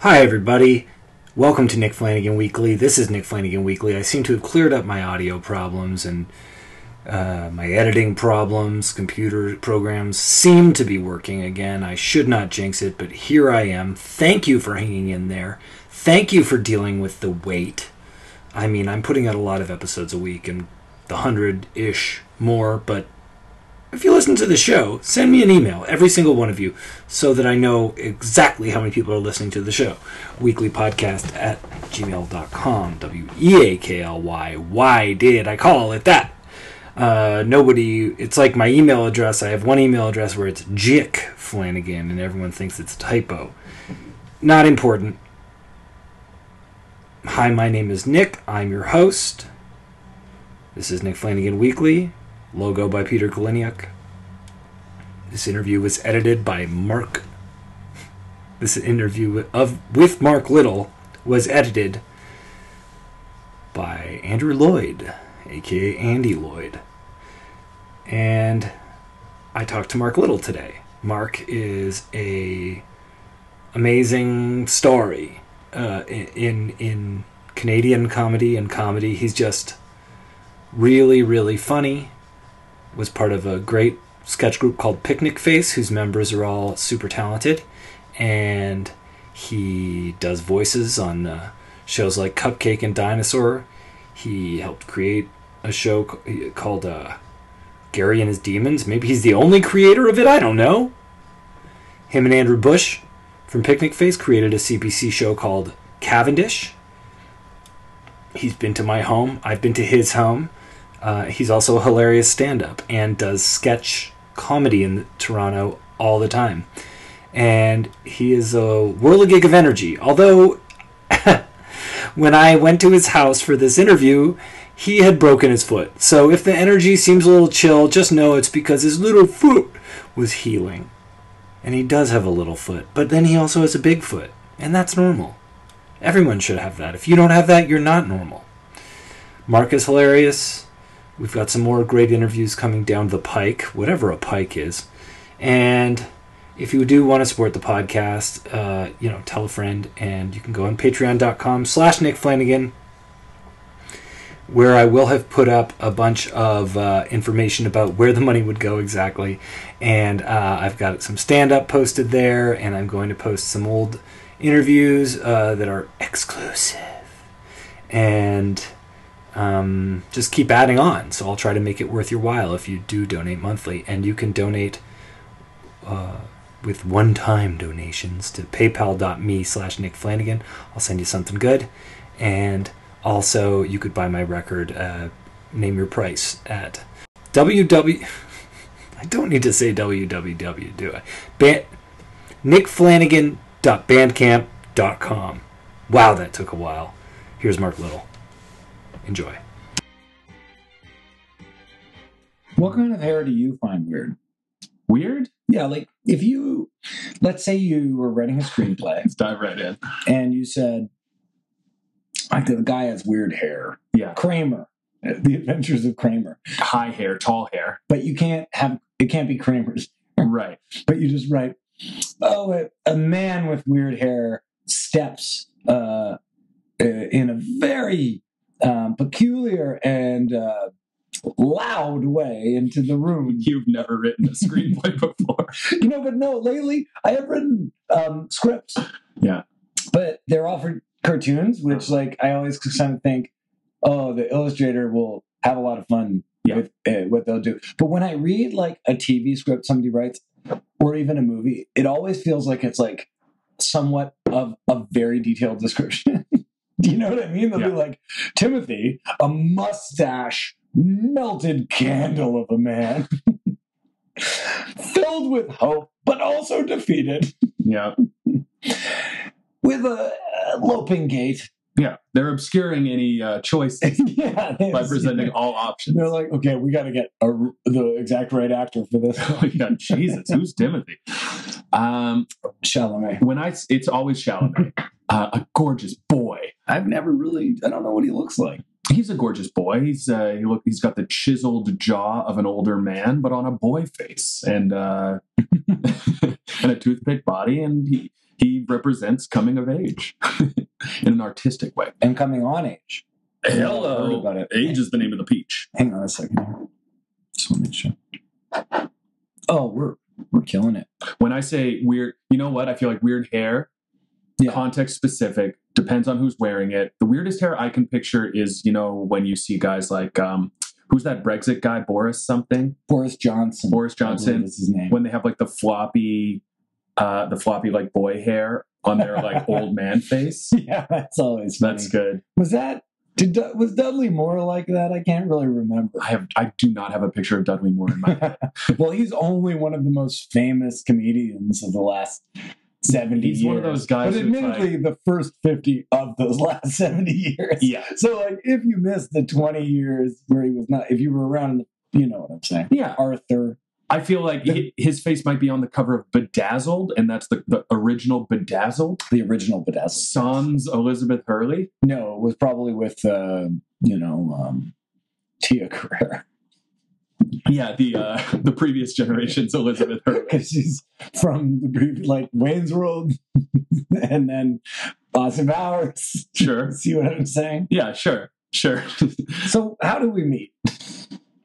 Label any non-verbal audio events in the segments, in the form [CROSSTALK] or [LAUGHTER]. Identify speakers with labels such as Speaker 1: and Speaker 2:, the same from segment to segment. Speaker 1: Hi, everybody. Welcome to Nick Flanagan Weekly. This is Nick Flanagan Weekly. I seem to have cleared up my audio problems and uh, my editing problems. Computer programs seem to be working again. I should not jinx it, but here I am. Thank you for hanging in there. Thank you for dealing with the wait. I mean, I'm putting out a lot of episodes a week and the hundred ish more, but if you listen to the show, send me an email, every single one of you, so that I know exactly how many people are listening to the show. Weeklypodcast at gmail.com. W E A K L Y. Why did I call it that? Uh, nobody, it's like my email address. I have one email address where it's Jick Flanagan, and everyone thinks it's a typo. Not important. Hi, my name is Nick. I'm your host. This is Nick Flanagan Weekly logo by Peter Kaliniuk. This interview was edited by Mark. This interview wi- of with Mark Little was edited by Andrew Lloyd, aka Andy Lloyd. And I talked to Mark Little today. Mark is a amazing story uh, i- in in Canadian comedy and comedy. He's just really really funny was part of a great sketch group called Picnic Face, whose members are all super talented. And he does voices on uh, shows like Cupcake and Dinosaur. He helped create a show c- called uh, Gary and His Demons. Maybe he's the only creator of it, I don't know. Him and Andrew Bush from Picnic Face created a CBC show called Cavendish. He's been to my home, I've been to his home. Uh, he's also a hilarious stand-up and does sketch comedy in Toronto all the time. And he is a whirligig of energy. Although, [LAUGHS] when I went to his house for this interview, he had broken his foot. So if the energy seems a little chill, just know it's because his little foot was healing. And he does have a little foot, but then he also has a big foot, and that's normal. Everyone should have that. If you don't have that, you're not normal. Mark is hilarious. We've got some more great interviews coming down the pike, whatever a pike is. And if you do want to support the podcast, uh, you know, tell a friend, and you can go on patreon.com slash Nick Flanagan, where I will have put up a bunch of uh, information about where the money would go exactly. And uh, I've got some stand-up posted there, and I'm going to post some old interviews uh, that are exclusive. And um, just keep adding on. So I'll try to make it worth your while if you do donate monthly. And you can donate uh, with one time donations to paypal.me slash Nick Flanagan. I'll send you something good. And also, you could buy my record, uh, Name Your Price, at www. [LAUGHS] I don't need to say www, do I? Ban- nickflanagan.bandcamp.com. Wow, that took a while. Here's Mark Little. Enjoy.
Speaker 2: What kind of hair do you find weird?
Speaker 3: Weird?
Speaker 2: Yeah, like if you, let's say you were writing a screenplay
Speaker 3: Let's [LAUGHS] dive right in.
Speaker 2: and you said, like, the guy has weird hair.
Speaker 3: Yeah.
Speaker 2: Kramer, The Adventures of Kramer.
Speaker 3: High hair, tall hair.
Speaker 2: But you can't have, it can't be Kramer's,
Speaker 3: Right.
Speaker 2: but you just write, oh, a, a man with weird hair steps uh, uh, in a very um, peculiar and uh, loud way into the room.
Speaker 3: [LAUGHS] You've never written a screenplay
Speaker 2: [LAUGHS]
Speaker 3: before.
Speaker 2: you know, but no, lately I have written um, scripts.
Speaker 3: Yeah. Uh-huh.
Speaker 2: But they're all for cartoons, which like I always kind of think, oh, the illustrator will have a lot of fun
Speaker 3: Yeah.
Speaker 2: with uh, what they'll do. But when I read like a TV script somebody writes, or even a movie, it always feels like it's like somewhat of a very detailed description. [LAUGHS] do you know what I mean? They'll be
Speaker 3: Yeah.
Speaker 2: like, Timothy, a mustache, melted candle of a man [LAUGHS] filled with hope, but also defeated,
Speaker 3: Yeah.
Speaker 2: with a uh, loping gait. [LAUGHS]
Speaker 3: Yeah. They're obscuring any uh, [LAUGHS] choice
Speaker 2: yeah, they-
Speaker 3: by presenting all options. [LAUGHS]
Speaker 2: They're like, okay, we got to get a, the exact right actor for this.
Speaker 3: Oh, yeah, Jesus, who's Timothy? Um,
Speaker 2: Chalamet.
Speaker 3: when I, it's always Chalamet, uh, a gorgeous boy.
Speaker 2: I've never really, I don't know what he looks like.
Speaker 3: He's a gorgeous boy. He's uh, he look, he's got the chiseled jaw of an older man, [LAUGHS] but on a boy face and uh, and a toothpick body, and he He represents coming of age [LAUGHS] in an artistic way.
Speaker 2: and coming on age.
Speaker 3: Hello.
Speaker 2: Heard about it.
Speaker 3: Age is the name of the peach.
Speaker 2: Hang on a second. here. Just want to make sure. Oh, we're we're killing it.
Speaker 3: When I say weird, you know what? I feel like weird hair,
Speaker 2: Yeah.
Speaker 3: context specific, depends on who's wearing it. The weirdest hair I can picture is, you know, when you see guys like, um, who's that Brexit guy, Boris something?
Speaker 2: Boris Johnson.
Speaker 3: Boris
Speaker 2: I believe
Speaker 3: Johnson.
Speaker 2: is his name.
Speaker 3: When they have like the floppy, uh, the floppy like boy hair on their
Speaker 2: [LAUGHS]
Speaker 3: like old man face.
Speaker 2: yeah, that's always funny.
Speaker 3: That's good.
Speaker 2: Was that did Du- was Dudley Moore like that? I can't really remember. [LAUGHS]
Speaker 3: I have I do not have a picture of Dudley Moore in my head.
Speaker 2: well, he's only one of the most famous comedians of the last seventy
Speaker 3: He's
Speaker 2: years.
Speaker 3: one of those guys
Speaker 2: but
Speaker 3: who's
Speaker 2: admittedly, the first fifty of those [LAUGHS] last seventy years.
Speaker 3: Yeah.
Speaker 2: So, like, if you missed the twenty years where he was not, if you were around, in the, you know what I'm saying.
Speaker 3: Yeah.
Speaker 2: Arthur,
Speaker 3: I feel like hi- his face might be on the cover of Bedazzled, and that's the, the original Bedazzled.
Speaker 2: the original Bedazzled.
Speaker 3: Sans Elizabeth Hurley.
Speaker 2: No, it was probably with uh, you know um, Tia Carrere
Speaker 3: Yeah, the uh, [LAUGHS] the previous generation's Elizabeth Hurley.
Speaker 2: [LAUGHS] because she's from the brief- like Wayne's World, [LAUGHS] and then Austin Powers. [LAUGHS]
Speaker 3: Sure.
Speaker 2: See what I'm saying?
Speaker 3: Yeah, sure. Sure. [LAUGHS]
Speaker 2: So how do we meet?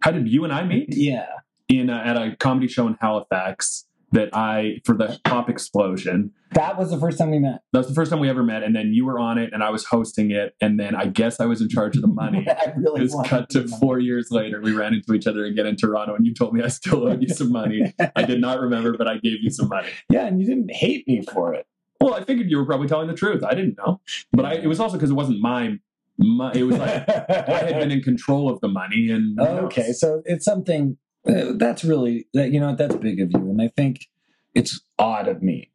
Speaker 3: How did you and I meet?
Speaker 2: Yeah,
Speaker 3: In uh, at a comedy show in Halifax that I for the Pop Explosion.
Speaker 2: that was the first time we met.
Speaker 3: That was the first time we ever met, and then you were on it, and I was hosting it, and then I guess I was in charge of the money.
Speaker 2: [LAUGHS] I really
Speaker 3: This
Speaker 2: wanted
Speaker 3: cut to
Speaker 2: know.
Speaker 3: four years later. We ran into each other again in Toronto, and you told me I still owed you some money. I did not remember, but I gave you some money.
Speaker 2: Yeah, and you didn't hate me for it.
Speaker 3: Well, I figured you were probably telling the truth. I didn't know, but I, it was also because it wasn't my, my. It
Speaker 2: [LAUGHS]
Speaker 3: was like I had been in control of the money, and who knows?
Speaker 2: Oh, okay, so it's something uh, that's really that you know what, that's big of you, and I think it's odd of me,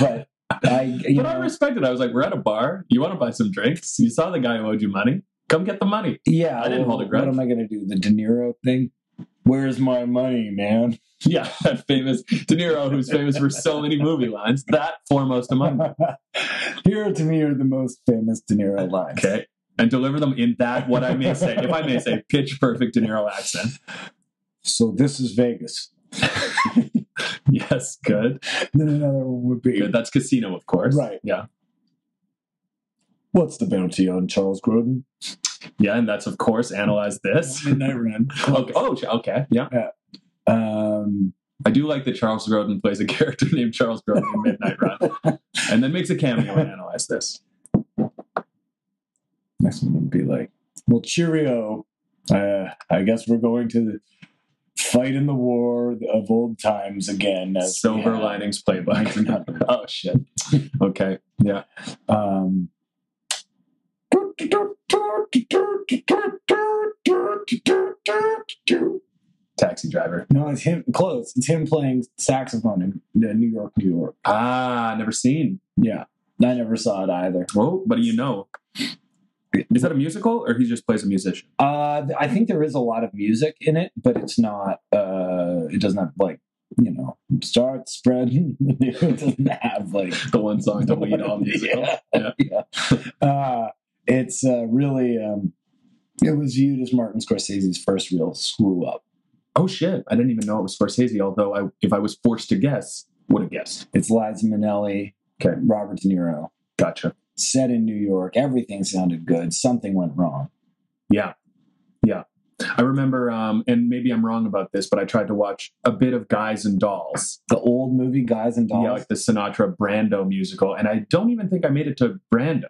Speaker 2: but
Speaker 3: [LAUGHS]
Speaker 2: I you
Speaker 3: But
Speaker 2: know,
Speaker 3: I respected. it. I was like, "We're at a bar. You want to buy some drinks? You saw the guy who owed you money. Come get the money." [LAUGHS]
Speaker 2: yeah,
Speaker 3: I didn't hold a grudge.
Speaker 2: What am I going to do? The De Niro thing. Where's my money, man?
Speaker 3: Yeah, that famous De Niro, who's famous for so many movie lines. That foremost among them.
Speaker 2: [LAUGHS] Here to me are the most famous De Niro lines.
Speaker 3: Okay. And deliver them in that, what I may say, if I may say, pitch perfect De Niro accent. [LAUGHS]
Speaker 2: So this is Vegas.
Speaker 3: Yes, good.
Speaker 2: Then another one would be
Speaker 3: Good. That's casino, of course.
Speaker 2: Right.
Speaker 3: Yeah.
Speaker 2: What's the bounty on Charles Grodin?
Speaker 3: Yeah. And that's, of course, analyze this.
Speaker 2: Midnight Run.
Speaker 3: Okay. Oh, ch- okay. Yeah.
Speaker 2: Um,
Speaker 3: I do like that Charles Grodin plays a [LAUGHS] character named Charles Grodin in Midnight Run and then makes a cameo and analyze this.
Speaker 2: next one would be like, well, cheerio. Uh, I guess we're going to fight in the war of old times again. as we
Speaker 3: Silver
Speaker 2: had
Speaker 3: Linings Playbook. [LAUGHS]
Speaker 2: 1900.
Speaker 3: oh, shit. Okay. Yeah.
Speaker 2: Um,
Speaker 3: Taxi driver.
Speaker 2: no, it's him. Close. It's him playing saxophone in uh, New York, New York.
Speaker 3: Ah, never seen.
Speaker 2: Yeah, I never saw it either.
Speaker 3: Well, what do you know? Is that a musical or he just plays a musician? [LAUGHS]
Speaker 2: Uh, I think there is a lot of music in it, but it's not. Uh, it doesn't have like you know start spread. [LAUGHS] it doesn't have like
Speaker 3: [LAUGHS] The one song to lead [LAUGHS] all musical.
Speaker 2: Yeah.
Speaker 3: Yeah.
Speaker 2: [LAUGHS] yeah. Uh, it's uh, really. Um, it was viewed as Martin Scorsese's first real screw up.
Speaker 3: Oh shit! I didn't even know it was Scorsese. Although I, if I was forced to guess, would have guessed.
Speaker 2: It's Liza Minnelli,
Speaker 3: Okay.
Speaker 2: Robert De Niro,
Speaker 3: Gotcha.
Speaker 2: set in New York. Everything sounded good. Something went wrong.
Speaker 3: Yeah, yeah. I remember, um, and maybe I'm wrong about this, but I tried to watch a bit of Guys and Dolls,
Speaker 2: The old movie Guys and Dolls.
Speaker 3: Yeah, like the Sinatra Brando musical, and I don't even think I made it to Brando.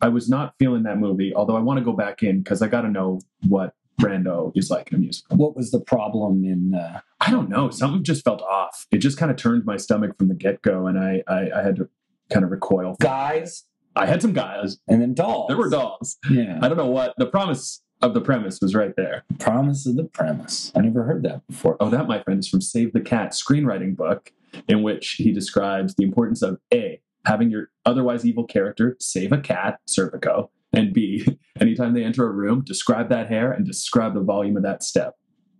Speaker 3: I was not feeling that movie. Although I want to go back in because I got to know what Brando is like in a musical.
Speaker 2: what was the problem in? Uh,
Speaker 3: I don't know. Something just felt off. It just kind of turned my stomach from the get go, and I, I, I had to kind of recoil.
Speaker 2: guys
Speaker 3: I had some guys.
Speaker 2: and then dolls.
Speaker 3: There were dolls.
Speaker 2: Yeah.
Speaker 3: I don't know what the promise of the premise was right there.
Speaker 2: Promise of the premise. I never heard that before.
Speaker 3: Oh, that, my friend, is from Save the Cat screenwriting book, in which he describes the importance of A, having your otherwise evil character save a cat, Serpico, and B, [LAUGHS] anytime they enter a room, describe that hair and describe the volume of that step,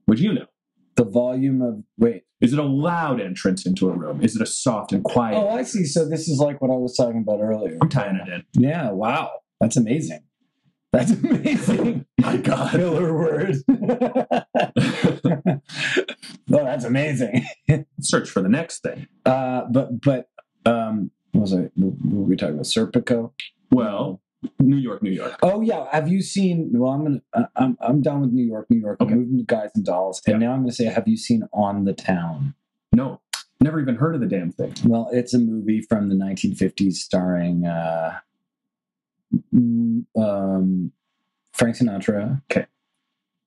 Speaker 3: which you know.
Speaker 2: The volume of wait.
Speaker 3: Is it a loud entrance into a room? Is it a soft and quiet?
Speaker 2: Oh, I see. So this is like what I was talking about earlier.
Speaker 3: I'm tying it in.
Speaker 2: Yeah. Wow. That's amazing. That's [LAUGHS] amazing.
Speaker 3: My God.
Speaker 2: Filler word. [LAUGHS] oh, that's amazing.
Speaker 3: Search for the next thing.
Speaker 2: Uh, but but um, What was I? Were we talking about Serpico?
Speaker 3: Well, New York, New York.
Speaker 2: Oh yeah. Have you seen? Well, I'm gonna. I- I'm I'm done with New York, New York.
Speaker 3: Okay.
Speaker 2: I'm moving to Guys and Dolls, and now I'm gonna say, have you seen On the Town?
Speaker 3: No, never even heard of the damn thing.
Speaker 2: Well, it's a movie from the 1950s starring uh, mm, um, Frank Sinatra.
Speaker 3: Okay.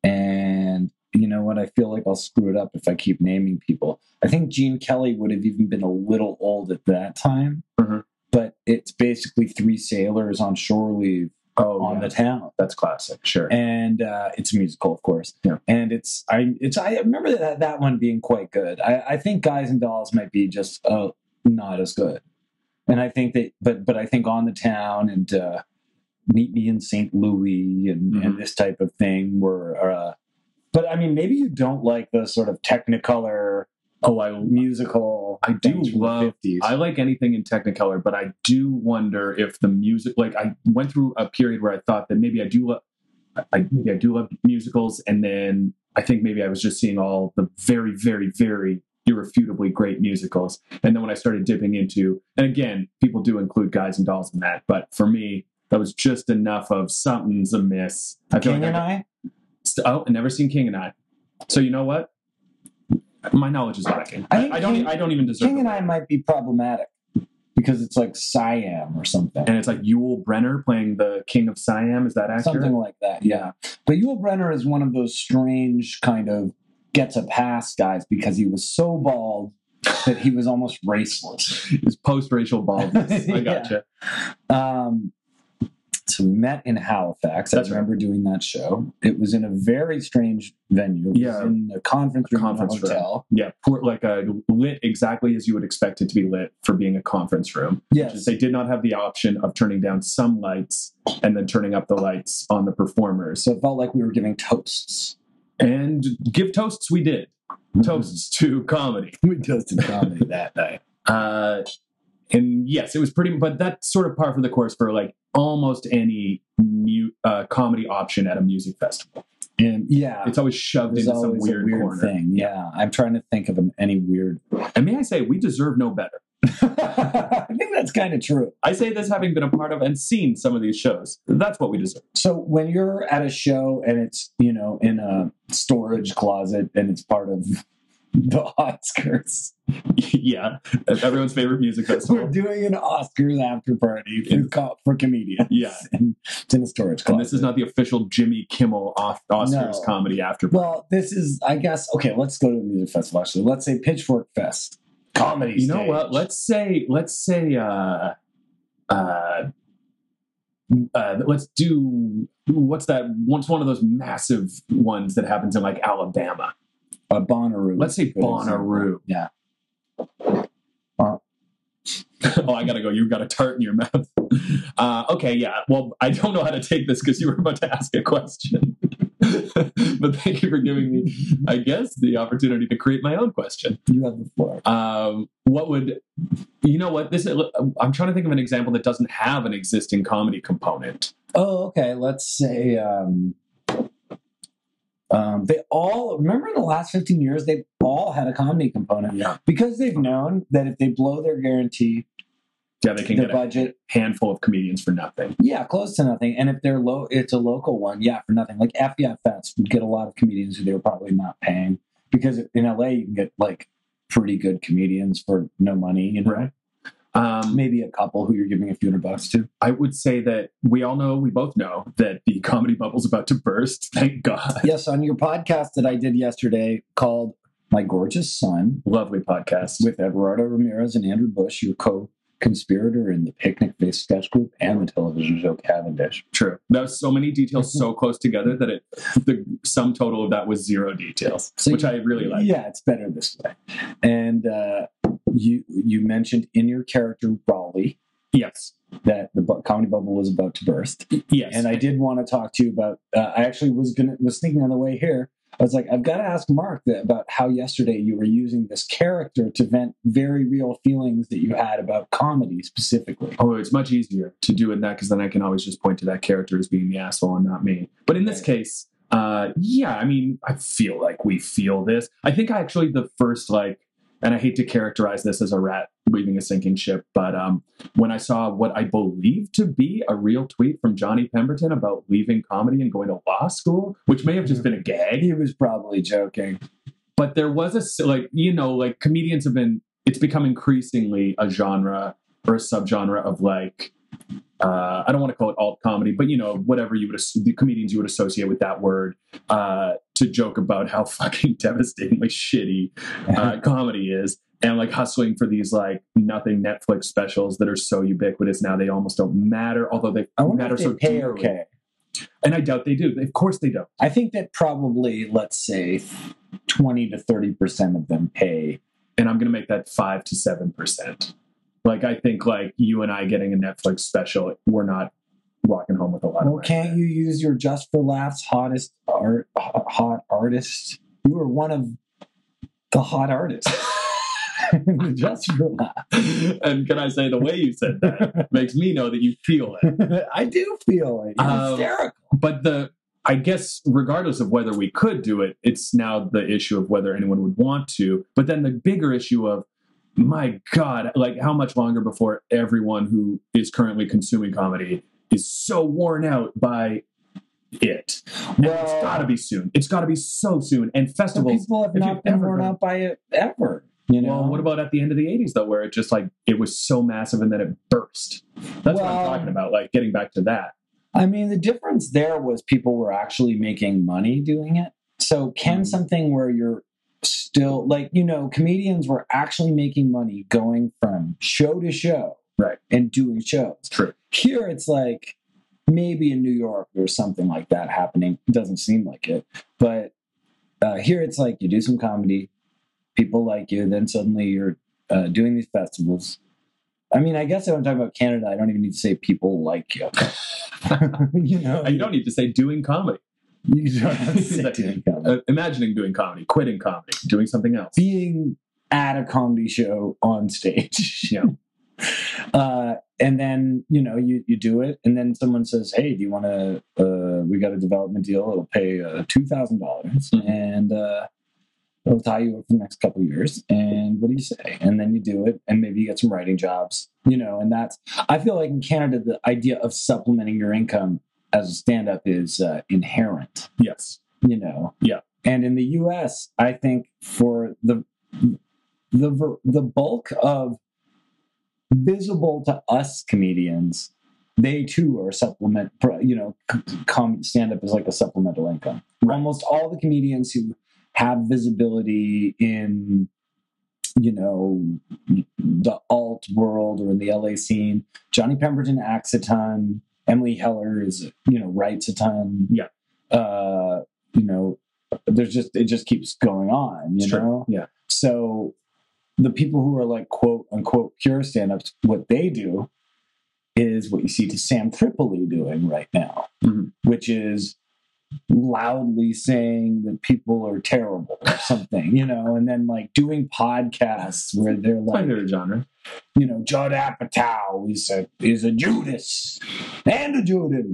Speaker 2: And you know what? I feel like I'll screw it up if I keep naming people. I think Gene Kelly would have even been a little old at that time.
Speaker 3: Mhm.
Speaker 2: But it's basically three sailors on shore leave
Speaker 3: Oh,
Speaker 2: on
Speaker 3: yeah.
Speaker 2: the town
Speaker 3: that's classic. Sure.
Speaker 2: and uh, it's a musical, of course.
Speaker 3: Yeah.
Speaker 2: And it's I it's I remember that that one being quite good. I, I think Guys and Dolls might be just uh, not as good, and I think that but but I think On the Town and uh, Meet Me in St. Louis and,
Speaker 3: Mhm.
Speaker 2: and this type of thing were. Uh, but I mean, maybe you don't like the sort of Technicolor
Speaker 3: oh, I
Speaker 2: musical.
Speaker 3: I do
Speaker 2: things from the
Speaker 3: love-
Speaker 2: 50s.
Speaker 3: I like anything in Technicolor, but I do wonder if the music. Like, I went through a period where I thought that maybe I do love, I maybe I do love musicals, and then I think maybe I was just seeing all the very, very, very irrefutably great musicals, and then when I started dipping into, and again, people do include Guys and Dolls in that, but for me, that was just enough of something's amiss. I feel
Speaker 2: King
Speaker 3: like
Speaker 2: and
Speaker 3: I,
Speaker 2: I.
Speaker 3: st- oh, I've never seen King and I. So you know what? My knowledge is lacking.
Speaker 2: I
Speaker 3: I,
Speaker 2: think
Speaker 3: I don't. e,
Speaker 2: King-
Speaker 3: I don't even deserve.
Speaker 2: King
Speaker 3: the
Speaker 2: and I might be problematic because it's like Siam or something.
Speaker 3: and it's like Yul Brenner playing the King of Siam. Is that accurate?
Speaker 2: Something like that, yeah. But Yul Brenner is one of those strange kind of gets a pass guys because he was so bald that he was almost raceless.
Speaker 3: It's post-racial
Speaker 2: [LAUGHS]
Speaker 3: baldness. I
Speaker 2: Yeah.
Speaker 3: gotcha.
Speaker 2: Um, so we met in Halifax.
Speaker 3: That's
Speaker 2: I
Speaker 3: right.
Speaker 2: remember doing that show. It was in a very strange venue. It
Speaker 3: Yeah.
Speaker 2: was in a conference
Speaker 3: A
Speaker 2: room
Speaker 3: conference
Speaker 2: in
Speaker 3: room.
Speaker 2: a hotel.
Speaker 3: Yeah, poor, like uh, lit exactly as you would expect it to be lit for being a conference room.
Speaker 2: Yes.
Speaker 3: They did not have the option of turning down some lights and then turning up the lights on the performers.
Speaker 2: So it felt like we were giving toasts.
Speaker 3: And give toasts we did.
Speaker 2: Mm-hmm.
Speaker 3: Toasts to comedy.
Speaker 2: [LAUGHS] we toasted comedy that night.
Speaker 3: uh, and yes, it was pretty. But that's sort of par for the course for like almost any mu- uh, comedy option at a music festival.
Speaker 2: And yeah.
Speaker 3: It's always shoved
Speaker 2: it was
Speaker 3: into some
Speaker 2: always
Speaker 3: weird,
Speaker 2: a weird
Speaker 3: corner.
Speaker 2: thing. Yeah. I'm trying to think of an, any weird [LAUGHS]
Speaker 3: And may I say, we deserve no better.
Speaker 2: I think that's kind of true.
Speaker 3: I say this having been a part of and seen some of these shows. That's what we deserve. [LAUGHS]
Speaker 2: So when you're at a show and it's, you know, in a storage closet and it's part of the [LAUGHS] Oscars,
Speaker 3: yeah, everyone's favorite music
Speaker 2: we're
Speaker 3: festival.
Speaker 2: doing an Oscars after party for,
Speaker 3: Yes.
Speaker 2: co- for comedians.
Speaker 3: Yeah.
Speaker 2: And it's [LAUGHS] in a storage
Speaker 3: And
Speaker 2: closet.
Speaker 3: this is not the official Jimmy Kimmel off Oscars
Speaker 2: No.
Speaker 3: comedy after.
Speaker 2: Well, this is, I guess, okay, let's go to a music festival actually. Let's say Pitchfork Fest. Comedy.
Speaker 3: you know
Speaker 2: stage.
Speaker 3: what? Let's say let's say uh, uh, uh, let's do what's that? What's one of those massive ones that happens in like Alabama?
Speaker 2: Uh, Bonnaroo.
Speaker 3: Let's say
Speaker 2: Good
Speaker 3: Bonnaroo.
Speaker 2: example. Yeah.
Speaker 3: [LAUGHS] oh, I gotta go. You got a tart in your mouth. [LAUGHS] Uh, okay, yeah. Well, I don't know how to take this because you were about to ask a question. [LAUGHS] but thank you for giving me, I guess, the opportunity to create my own question.
Speaker 2: You have the floor.
Speaker 3: um, what would you know what this i'm trying to think of an example that doesn't have an existing comedy component
Speaker 2: Oh, okay. Let's say um, um, they all remember in the last 15 years, they've all had a comedy component
Speaker 3: yeah
Speaker 2: because they've known that if they blow their guarantee,
Speaker 3: yeah they can
Speaker 2: their
Speaker 3: get a
Speaker 2: budget,
Speaker 3: handful of comedians for nothing
Speaker 2: yeah, close to nothing. And if they're low, it's a local one, yeah, for nothing. Like FEFS would get a lot of comedians who they were probably not paying because in LA, you can get like pretty good comedians for no money, you know,
Speaker 3: Right. um,
Speaker 2: maybe a couple who you're giving a few hundred bucks to.
Speaker 3: i would say that we all know we both know that the comedy bubble's about to burst thank god [LAUGHS]
Speaker 2: Yes, on your podcast that I did yesterday called My Gorgeous Son.
Speaker 3: lovely podcast
Speaker 2: with Eduardo Ramirez and Andrew Bush, your co conspirator in the Picnic Face sketch group and the television show Cavendish.
Speaker 3: true that was so
Speaker 2: [LAUGHS]
Speaker 3: many details so close together that it the sum total of that was zero details
Speaker 2: So
Speaker 3: which
Speaker 2: you-
Speaker 3: i really like
Speaker 2: Yeah, it's better this way. And uh, you you mentioned in your character Raleigh
Speaker 3: yes
Speaker 2: that the bu- comedy bubble was about to burst,
Speaker 3: yes
Speaker 2: and I did want to talk to you about. Uh, I actually was gonna was thinking on the way here. I was like, I've got to ask Mark that, about how yesterday you were using this character to vent very real feelings that you had about comedy specifically.
Speaker 3: Oh, it's much easier to do it that because then I can always just point to that character as being the asshole and not me. But in this
Speaker 2: Right.
Speaker 3: case, uh, yeah, I mean, I feel like we feel this. I think I actually the first like and I hate to characterize this as a rat leaving a sinking ship, but um, when I saw what I believe to be a real tweet from Johnny Pemberton about leaving comedy and going to law school, which may have just been a gag,
Speaker 2: Mm-hmm. He was probably joking.
Speaker 3: but there was a s- like you know like comedians have been it's become increasingly a genre or a subgenre of like uh, I don't want to call it alt comedy, but you know whatever you would as- the comedians you would associate with that word uh, to joke about how [LAUGHS] fucking devastatingly
Speaker 2: [LAUGHS]
Speaker 3: shitty uh, comedy is and like hustling for these like nothing Netflix specials that are so ubiquitous now they almost don't matter although they
Speaker 2: I wonder
Speaker 3: matter
Speaker 2: if they
Speaker 3: so
Speaker 2: pay
Speaker 3: dearly.
Speaker 2: okay.
Speaker 3: and I doubt they do of course they don't
Speaker 2: I think that probably let's say twenty to thirty percent of them pay.
Speaker 3: and I'm going to make that five to seven percent. Like I think, like you and I getting a Netflix special, we're not walking home with a lot.
Speaker 2: Well,
Speaker 3: of
Speaker 2: can't you use your just for laughs hottest art hot artists? You were one of the hot artists. [LAUGHS]
Speaker 3: [LAUGHS]
Speaker 2: just for laughs.
Speaker 3: you? and can I say the way you said that makes me know that you feel it.
Speaker 2: [LAUGHS] I do feel it. You're
Speaker 3: Um,
Speaker 2: hysterical.
Speaker 3: But the I guess regardless of whether we could do it, it's now the issue of whether anyone would want to. But then the bigger issue of my God, like how much longer before everyone who is currently consuming comedy is so worn out by it. And it's
Speaker 2: Well-
Speaker 3: got to be soon. It's got to be so soon. And
Speaker 2: Some
Speaker 3: festivals.
Speaker 2: people have
Speaker 3: if
Speaker 2: not
Speaker 3: you've
Speaker 2: been
Speaker 3: ever
Speaker 2: worn
Speaker 3: gone-
Speaker 2: out by it ever. You know.
Speaker 3: Well, what about at the end of the '80s though, where it just like it was so massive and then it burst? That's what I'm
Speaker 2: Well-
Speaker 3: talking about. Like getting back to that.
Speaker 2: I mean, the difference there was people were actually making money doing it. So, can
Speaker 3: Mhm.
Speaker 2: something where you're still like, you know, comedians were actually making money going from show to show
Speaker 3: Right.
Speaker 2: and doing shows.
Speaker 3: True.
Speaker 2: Here it's like maybe in New York there's something like that happening. It doesn't seem like it, but uh, here it's like you do some comedy, people like you, then suddenly you're uh, doing these festivals. I mean, I guess I don't talk about Canada. I don't even need to say people like you. [LAUGHS] you know,
Speaker 3: And you don't need to say doing comedy.
Speaker 2: you don't
Speaker 3: [LAUGHS]
Speaker 2: have to say doing comedy.
Speaker 3: Uh, imagining doing comedy, quitting comedy, doing something else.
Speaker 2: being at a comedy show on stage. [LAUGHS]
Speaker 3: Yeah.
Speaker 2: Uh, and then you know you, you do it, and then someone says, "Hey, do you want to? Uh, we got a development deal. It'll pay uh, two dollars,
Speaker 3: Mhm.
Speaker 2: and uh, it'll tie you up for the next couple of years." And what do you say? And then you do it, and maybe you get some writing jobs, you know. And that's I feel like in Canada, the idea of supplementing your income as a stand-up is uh, inherent
Speaker 3: Yes.
Speaker 2: you know
Speaker 3: Yeah.
Speaker 2: and in the us i think for the the ver- the bulk of visible to us comedians they too are supplement pro- you know come stand up is like a supplemental income almost all the comedians who have visibility in you know the alt world or in the la scene johnny pemberton acts a ton emily heller is you know writes a ton
Speaker 3: Yeah.
Speaker 2: uh you know there's just it just keeps going on you
Speaker 3: Sure.
Speaker 2: know
Speaker 3: Yeah.
Speaker 2: so the people who are like quote unquote pure stand-ups what they do is what you see to sam tripoli doing right now
Speaker 3: Mhm.
Speaker 2: which is loudly saying that people are terrible or something you know and then like doing podcasts where they're
Speaker 3: My
Speaker 2: like
Speaker 3: favorite genre. [LAUGHS]
Speaker 2: you know, Judd Apatow is a is a Judas and a Judas.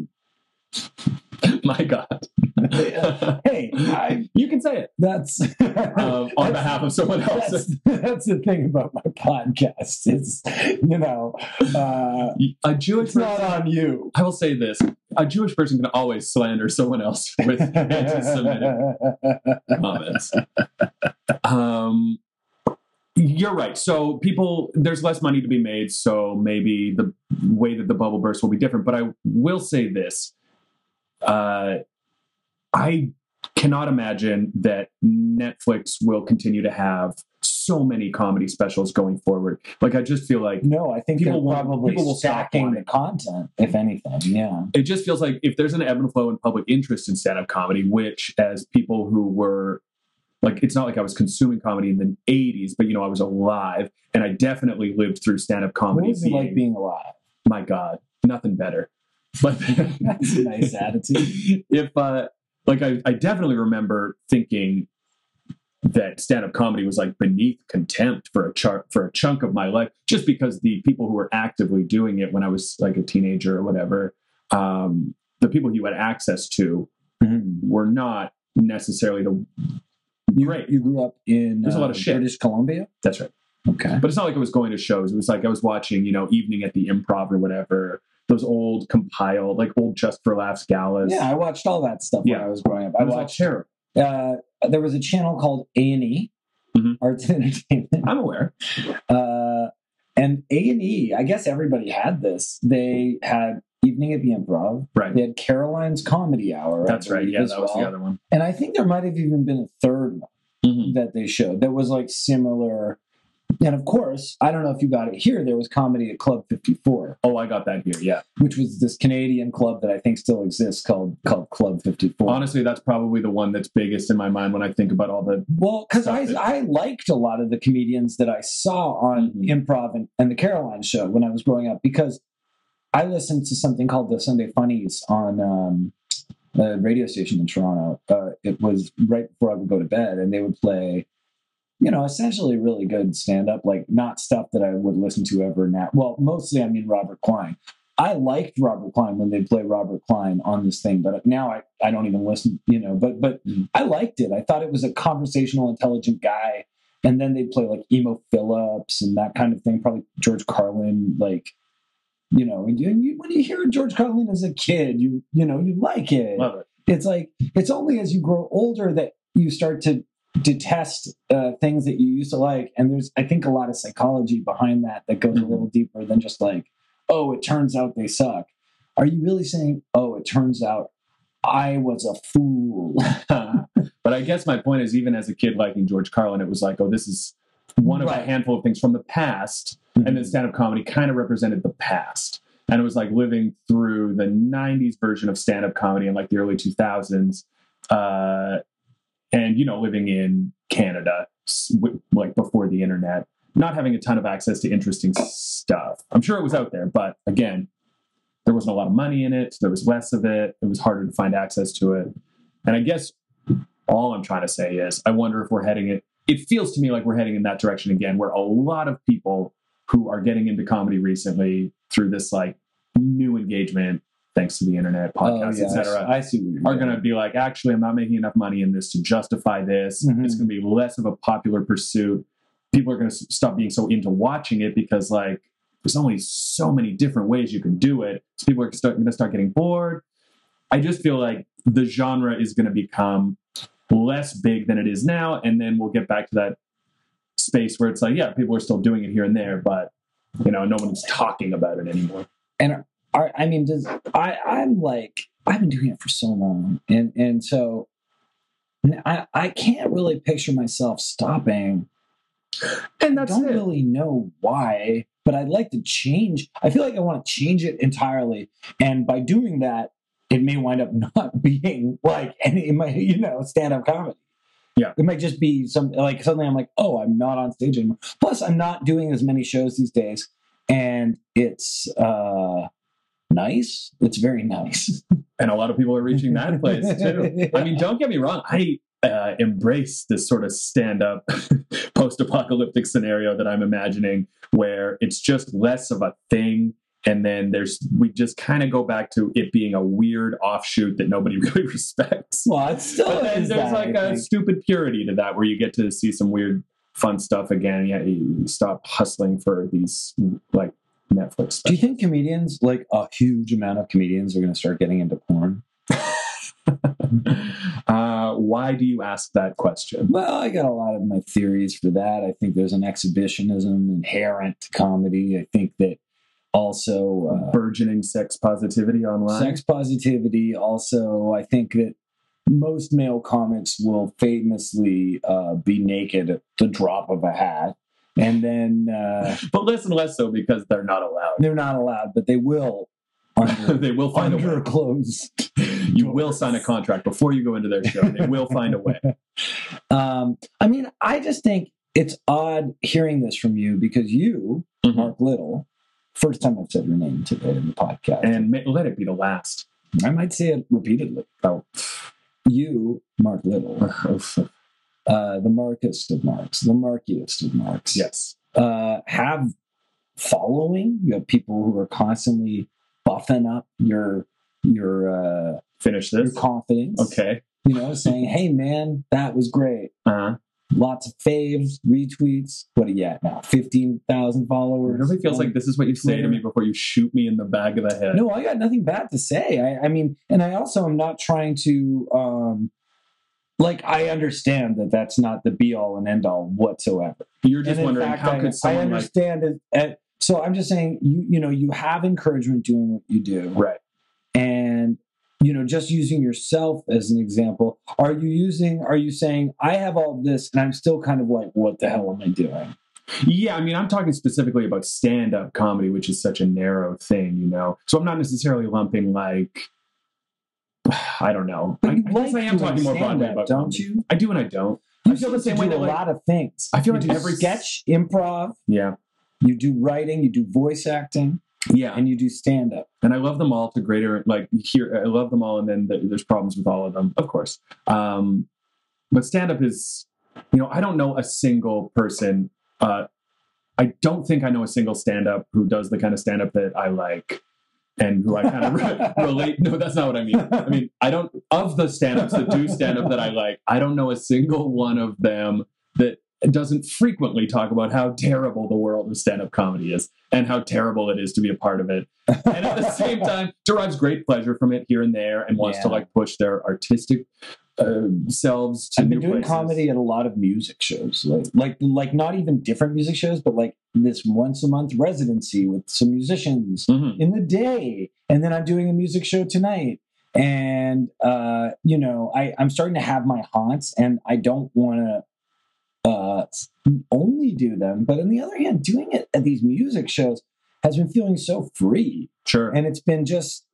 Speaker 3: My God.
Speaker 2: Hey, [LAUGHS]
Speaker 3: [LAUGHS]
Speaker 2: I, [LAUGHS]
Speaker 3: you can say it [LAUGHS]
Speaker 2: that's
Speaker 3: um, on behalf of someone else.
Speaker 2: That's, that's the thing about my podcast. It's you know, uh,
Speaker 3: [LAUGHS] A Jewish
Speaker 2: it's not
Speaker 3: person.
Speaker 2: on you.
Speaker 3: I will say this: a Jewish person can always slander someone else [LAUGHS] with anti-Semitic comments. Um, you're right. So people, there's less money to be made. So maybe the way that the bubble bursts will be different. But I will say this: uh, I cannot imagine that Netflix will continue to have so many comedy specials going forward. Like I just feel like
Speaker 2: No, I think
Speaker 3: People
Speaker 2: they're
Speaker 3: will-
Speaker 2: probably
Speaker 3: people will stop
Speaker 2: stacking
Speaker 3: wanting.
Speaker 2: the content, if anything. Yeah.
Speaker 3: it just feels like if there's an ebb and flow in public interest in stand-up comedy, which as people who were like it's not like I was consuming comedy in the 80s, but you know, I was alive and I definitely lived through stand-up
Speaker 2: What
Speaker 3: comedy.
Speaker 2: was it like
Speaker 3: Um, being-
Speaker 2: being
Speaker 3: [LAUGHS]
Speaker 2: alive?
Speaker 3: my God, nothing better. [LAUGHS] But
Speaker 2: That's a nice attitude.
Speaker 3: [LAUGHS] if uh like I, I definitely remember thinking that stand-up comedy was like beneath contempt for a chart for a chunk of my life just because the people who were actively doing it when i was like a teenager or whatever um the people you had access to
Speaker 2: Mhm.
Speaker 3: were not necessarily the
Speaker 2: You,
Speaker 3: Great.
Speaker 2: You grew up in
Speaker 3: There's a lot of
Speaker 2: uh,
Speaker 3: shit.
Speaker 2: British Columbia.
Speaker 3: That's right.
Speaker 2: Okay.
Speaker 3: But it's not like I was going to shows. It was like I was watching, you know, Evening at the Improv or whatever. Those old compiled, like old Just for Laughs galas.
Speaker 2: Yeah, I watched all that stuff
Speaker 3: Yeah.
Speaker 2: when I was growing up.
Speaker 3: I
Speaker 2: I
Speaker 3: was all
Speaker 2: watched.
Speaker 3: terrible.
Speaker 2: Uh, there was a channel called A&E,
Speaker 3: Mhm.
Speaker 2: Arts and Entertainment.
Speaker 3: [LAUGHS] I'm aware.
Speaker 2: Uh, and A&E, I guess everybody had this. They had Evening at the Improv.
Speaker 3: Right.
Speaker 2: They had Caroline's Comedy Hour. I
Speaker 3: That's right.
Speaker 2: believe,
Speaker 3: Yeah,
Speaker 2: as
Speaker 3: that was
Speaker 2: well.
Speaker 3: the other one.
Speaker 2: And I think there might have even been a third one
Speaker 3: Mhm.
Speaker 2: that they showed that was like similar. And of course, I don't know if you got it here. There was comedy at Club 54,
Speaker 3: Oh, I got that here. Yeah.
Speaker 2: which was this Canadian club that I think still exists called called Club 54.
Speaker 3: Honestly, that's probably the one that's biggest in my mind when I think about all the.
Speaker 2: Well, because I,
Speaker 3: Stuff that-
Speaker 2: I liked a lot of the comedians that I saw on
Speaker 3: Mhm.
Speaker 2: improv and, and the Caroline show when I was growing up because I listened to something called the Sunday Funnies on um, a radio station in Toronto. Uh, it was right before I would go to bed, and they would play, you know, essentially really good stand up, like not stuff that I would listen to ever now. Well, mostly, I mean, Robert Klein. I liked Robert Klein when they play Robert Klein on this thing, but now I, I don't even listen, you know, but but I liked it. I thought it was a conversational, intelligent guy. And then they'd play like Emo Phillips and that kind of thing, probably George Carlin, like you know, and you, you- when you hear George Carlin as a kid, you you know, you like it.
Speaker 3: Love it.
Speaker 2: It's like it's only as you grow older that you start to detest uh, things that you used to like. And there's, I think, a lot of psychology behind that that goes
Speaker 3: Mhm.
Speaker 2: a little deeper than just like, oh, it turns out they suck. Are you really saying, oh, it turns out I was a fool? [LAUGHS]
Speaker 3: but I guess my point is, even as a kid liking George Carlin, it was like, oh, this is one of a
Speaker 2: Right.
Speaker 3: handful of things from the past. And then stand up comedy kind of represented the past. And it was like living through the 90s version of stand up comedy in like the early 2000s. Uh, and, you know, living in Canada, s- w- like before the internet, not having a ton of access to interesting stuff. I'm sure it was out there, but again, there wasn't a lot of money in it. There was less of it. It was harder to find access to it. And I guess all I'm trying to say is I wonder if we're heading it. It feels to me like we're heading in that direction again, where a lot of people who are getting into comedy recently through this like new engagement, thanks to the internet, podcasts,
Speaker 2: yeah,
Speaker 3: et cetera,
Speaker 2: Oh, I see what you're
Speaker 3: are going to be like, actually, I'm not making enough money in this to justify this.
Speaker 2: Mhm.
Speaker 3: It's going to be less of a popular pursuit. People are going to stop being so into watching it because, like, there's only so many different ways you can do it. So people are start, going to start getting bored. I just feel like the genre is going to become less big than it is now. And then we'll get back to that space where it's like, yeah, people are still doing it here and there, but, you know, no one's talking about it anymore.
Speaker 2: Are, I mean, does I? I'm like I've been doing it for so long, and and so n- I I can't really picture myself stopping.
Speaker 3: And
Speaker 2: I
Speaker 3: that's
Speaker 2: don't
Speaker 3: it.
Speaker 2: really know why, but I'd like to change. I feel like I want to change it entirely, and by doing that, it may wind up [LAUGHS] not being like any my you know stand up comedy.
Speaker 3: Yeah.
Speaker 2: it might just be some like suddenly I'm like, oh, I'm not on stage anymore. Plus, I'm not doing as many shows these days, and it's uh nice. It's very nice. [LAUGHS]
Speaker 3: and a lot of people are reaching that place too. I mean, don't get me wrong, I uh, embrace this sort of stand [LAUGHS] up post apocalyptic scenario that I'm imagining where it's just less of a thing. And then there's, we just kind of go back to it being a weird offshoot that nobody [LAUGHS] really respects.
Speaker 2: Well, it's still
Speaker 3: But then
Speaker 2: is
Speaker 3: there's
Speaker 2: that,
Speaker 3: like
Speaker 2: I
Speaker 3: a
Speaker 2: think.
Speaker 3: stupid purity to that where you get to see some weird, fun stuff again. Yeah, you stop hustling for these like Netflix
Speaker 2: Do
Speaker 3: stuff. [LAUGHS]
Speaker 2: you think comedians, like a huge amount of comedians, are going to start getting into porn?
Speaker 3: uh, why do you ask that question?
Speaker 2: Well, I got a lot of my theories for that. I think there's an exhibitionism inherent to comedy. I think that also
Speaker 3: burgeoning sex positivity
Speaker 2: uh,
Speaker 3: online.
Speaker 2: sex positivity. Also, I think that most male comics will famously uh, be naked at the drop of a hat, and then
Speaker 3: [LAUGHS]
Speaker 2: uh,
Speaker 3: But less and less so because they're not allowed.
Speaker 2: they're not allowed, but they will
Speaker 3: [LAUGHS]
Speaker 2: under,
Speaker 3: they will find a
Speaker 2: under
Speaker 3: way.
Speaker 2: clothes.
Speaker 3: You will sign a contract before you go into their show. They will find
Speaker 2: [LAUGHS]
Speaker 3: a way.
Speaker 2: Um, I mean, I just think it's odd hearing this from you because you Mark Little. First time I've said your name today in the podcast.
Speaker 3: And ma- let it be the last. [LAUGHS]
Speaker 2: I might say it repeatedly.
Speaker 3: Oh.
Speaker 2: You, Mark Little, uh, the Markist of Marks, the Markiest of Marks,
Speaker 3: yes.
Speaker 2: uh, have following. You have people who are constantly buffing up your your uh,
Speaker 3: Finish
Speaker 2: your
Speaker 3: this.
Speaker 2: confidence.
Speaker 3: Okay.
Speaker 2: you know, saying, hey, man, that was great.
Speaker 3: Uh-huh.
Speaker 2: Lots of faves, retweets. What are you at now? 15,000 followers.
Speaker 3: It really feels
Speaker 2: One-
Speaker 3: like this is what you say to me before you shoot me in the back of the head.
Speaker 2: No, I got nothing bad to say. I, I mean, and I also am not trying to, um, like, I understand that that's not the be all and end all whatsoever.
Speaker 3: You're just
Speaker 2: And in
Speaker 3: wondering
Speaker 2: fact,
Speaker 3: how
Speaker 2: I,
Speaker 3: could
Speaker 2: I
Speaker 3: someone like
Speaker 2: understand it. At, so I'm just saying, you you know, you have encouragement doing what you do,
Speaker 3: right?
Speaker 2: and you know, just using yourself as an example. Are you using? Are you saying I have all this, and I'm still kind of like, what the hell am I doing?
Speaker 3: Yeah, I mean, I'm talking specifically about stand up comedy, which is such a narrow thing, you know. So I'm not necessarily lumping like [SIGHS] I don't know.
Speaker 2: But
Speaker 3: I,
Speaker 2: you
Speaker 3: I
Speaker 2: like
Speaker 3: guess I am
Speaker 2: doing
Speaker 3: talking more broadly
Speaker 2: stand-up,
Speaker 3: about
Speaker 2: don't
Speaker 3: comedy.
Speaker 2: you?
Speaker 3: I do and I don't.
Speaker 2: You
Speaker 3: I feel the
Speaker 2: get to
Speaker 3: same way
Speaker 2: do
Speaker 3: that,
Speaker 2: a
Speaker 3: like-
Speaker 2: lot of things.
Speaker 3: I feel
Speaker 2: You
Speaker 3: like
Speaker 2: do
Speaker 3: every s-
Speaker 2: sketch, improv,
Speaker 3: Yeah,
Speaker 2: you do writing, you do voice acting,
Speaker 3: yeah, and,
Speaker 2: and you do stand up.
Speaker 3: I love them all to greater like here. I love them all, and then th- there's problems with all of them, of course. Um, but stand up is, you know, I don't know a single person. Uh, I don't think I know a single stand up who does the kind of stand up that I like and who I kind of re- relate. No, that's not what I mean. I mean, I don't, of the stand ups that do stand up that I like, I don't know a single one of them that doesn't frequently talk about how terrible the world of stand up comedy is and how terrible it is to be a part of it. And at the
Speaker 2: [LAUGHS]
Speaker 3: same time, derives great pleasure from it here and there and wants to
Speaker 2: Yeah.
Speaker 3: like push their artistic uh, selves
Speaker 2: [LAUGHS]
Speaker 3: to
Speaker 2: I've been
Speaker 3: new
Speaker 2: doing
Speaker 3: places.
Speaker 2: comedy at a lot of music shows, like like like not even different music shows, but like this once a month residency with some musicians
Speaker 3: Mhm.
Speaker 2: in the day, and then I'm doing a music show tonight. And uh, you know, I I'm starting to have my haunts, and I don't want to uh s- only do them. But on the other hand, doing it at these music shows has been feeling so free,
Speaker 3: Sure.
Speaker 2: and it's been just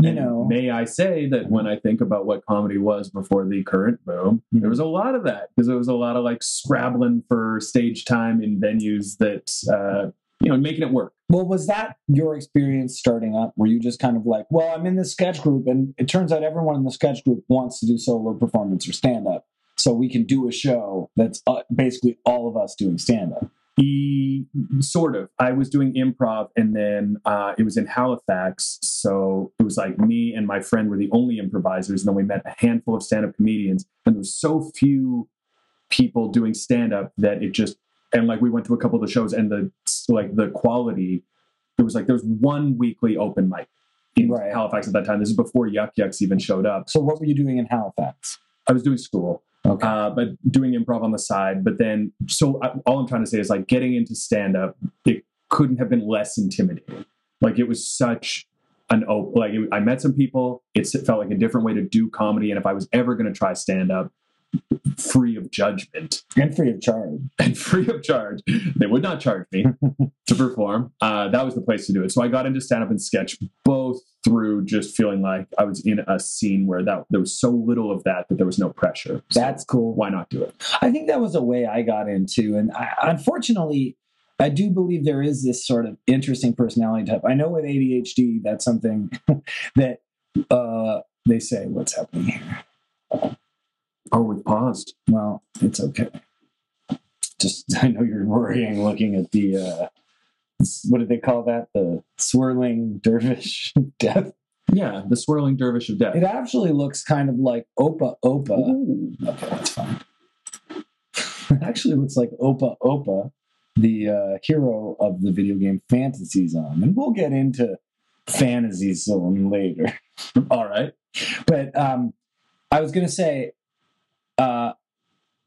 Speaker 2: you
Speaker 3: And
Speaker 2: know
Speaker 3: may I say that when I think about what comedy was before the current boom,
Speaker 2: Mhm.
Speaker 3: there was a lot of that because there was a lot of like scrabbling for stage time in venues that, uh, you know, making it work.
Speaker 2: Well, was that your experience starting up? Were you just kind of like, well, I'm in this sketch group, and it turns out everyone in the sketch group wants to do solo performance or stand up. So we can do a show that's uh, basically all of us doing stand up.
Speaker 3: E- sort of. I was doing improv and then uh, it was in Halifax. So it was like me and my friend were the only improvisers. And then we met a handful of stand up comedians. And there was so few people doing stand up that it just, and like we went to a couple of the shows and the, like the quality, it was like there was one weekly open mic in
Speaker 2: Right.
Speaker 3: Halifax at that time. This is before Yuck Yucks even showed up.
Speaker 2: So what were you doing in Halifax?
Speaker 3: I was doing school
Speaker 2: Okay.
Speaker 3: uh, but doing improv on the side. But then, so I, all I'm trying to say is like getting into stand up, it couldn't have been less intimidating. Like it was such an open, like it, I met some people, it's, it felt like a different way to do comedy. And if I was ever going to try stand up, free of judgment [LAUGHS]
Speaker 2: and free of charge.
Speaker 3: and free of charge, they would not charge me to perform. Uh, that was the place to do it. So I got into stand up and sketch both through just feeling like I was in a scene where that there was so little of that that there was no pressure. So
Speaker 2: That's cool.
Speaker 3: why not do it?
Speaker 2: I think that was a way I got into, and I, unfortunately, I do believe there is this sort of interesting personality type. I know with ADHD, that's something [LAUGHS] that uh, they say. What's happening here?
Speaker 3: Oh, we paused.
Speaker 2: Well, it's okay. Just [LAUGHS] I know you're worrying, looking at the uh, s- what do they call that? The swirling dervish [LAUGHS] death.
Speaker 3: Yeah, the swirling dervish of death.
Speaker 2: It actually looks kind of like Opa Opa.
Speaker 3: Ooh.
Speaker 2: Okay, that's fine. [LAUGHS] It actually looks like Opa Opa, the uh, hero of the video game Fantasy Zone. And we'll get into Fantasy Zone later. [LAUGHS]
Speaker 3: All right.
Speaker 2: But um, I was going to say uh,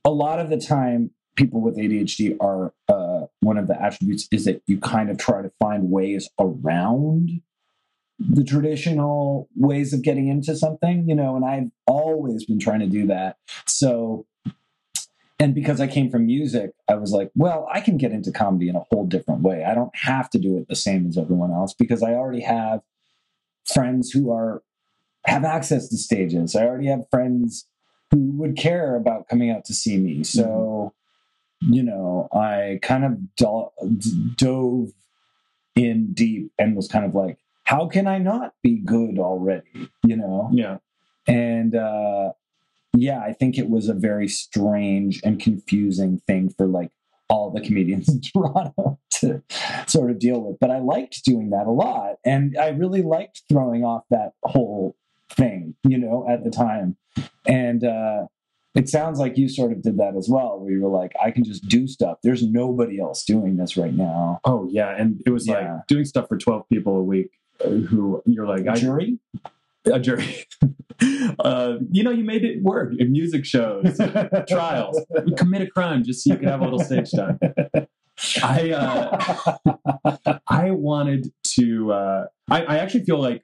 Speaker 2: a lot of the time, people with ADHD are uh, one of the attributes is that you kind of try to find ways around the traditional ways of getting into something, you know, and I've always been trying to do that. So, and because I came from music, I was like, well, I can get into comedy in a whole different way. I don't have to do it the same as everyone else because I already have friends who are have access to stages. I already have friends who would care about coming out to see me. So, you know, I kind of do- d- dove in deep and was kind of like, how can I not be good already? You know?
Speaker 3: Yeah.
Speaker 2: And uh, yeah, I think it was a very strange and confusing thing for like all the comedians in [LAUGHS] Toronto to sort of deal with. But I liked doing that a lot. And I really liked throwing off that whole thing, you know, at the time. And uh, it sounds like you sort of did that as well, where you were like, I can just do stuff. There's nobody else doing this right now.
Speaker 3: Oh yeah, and it was
Speaker 2: Yeah.
Speaker 3: like doing stuff for twelve people a week. uh, Who you're like I,
Speaker 2: Jury?
Speaker 3: a jury? [LAUGHS] uh, you know, you made it work in music [LAUGHS] shows, [LAUGHS] trials, You commit a crime just so you could have a little stage [LAUGHS] time. I uh, I wanted to. Uh, I, I actually feel like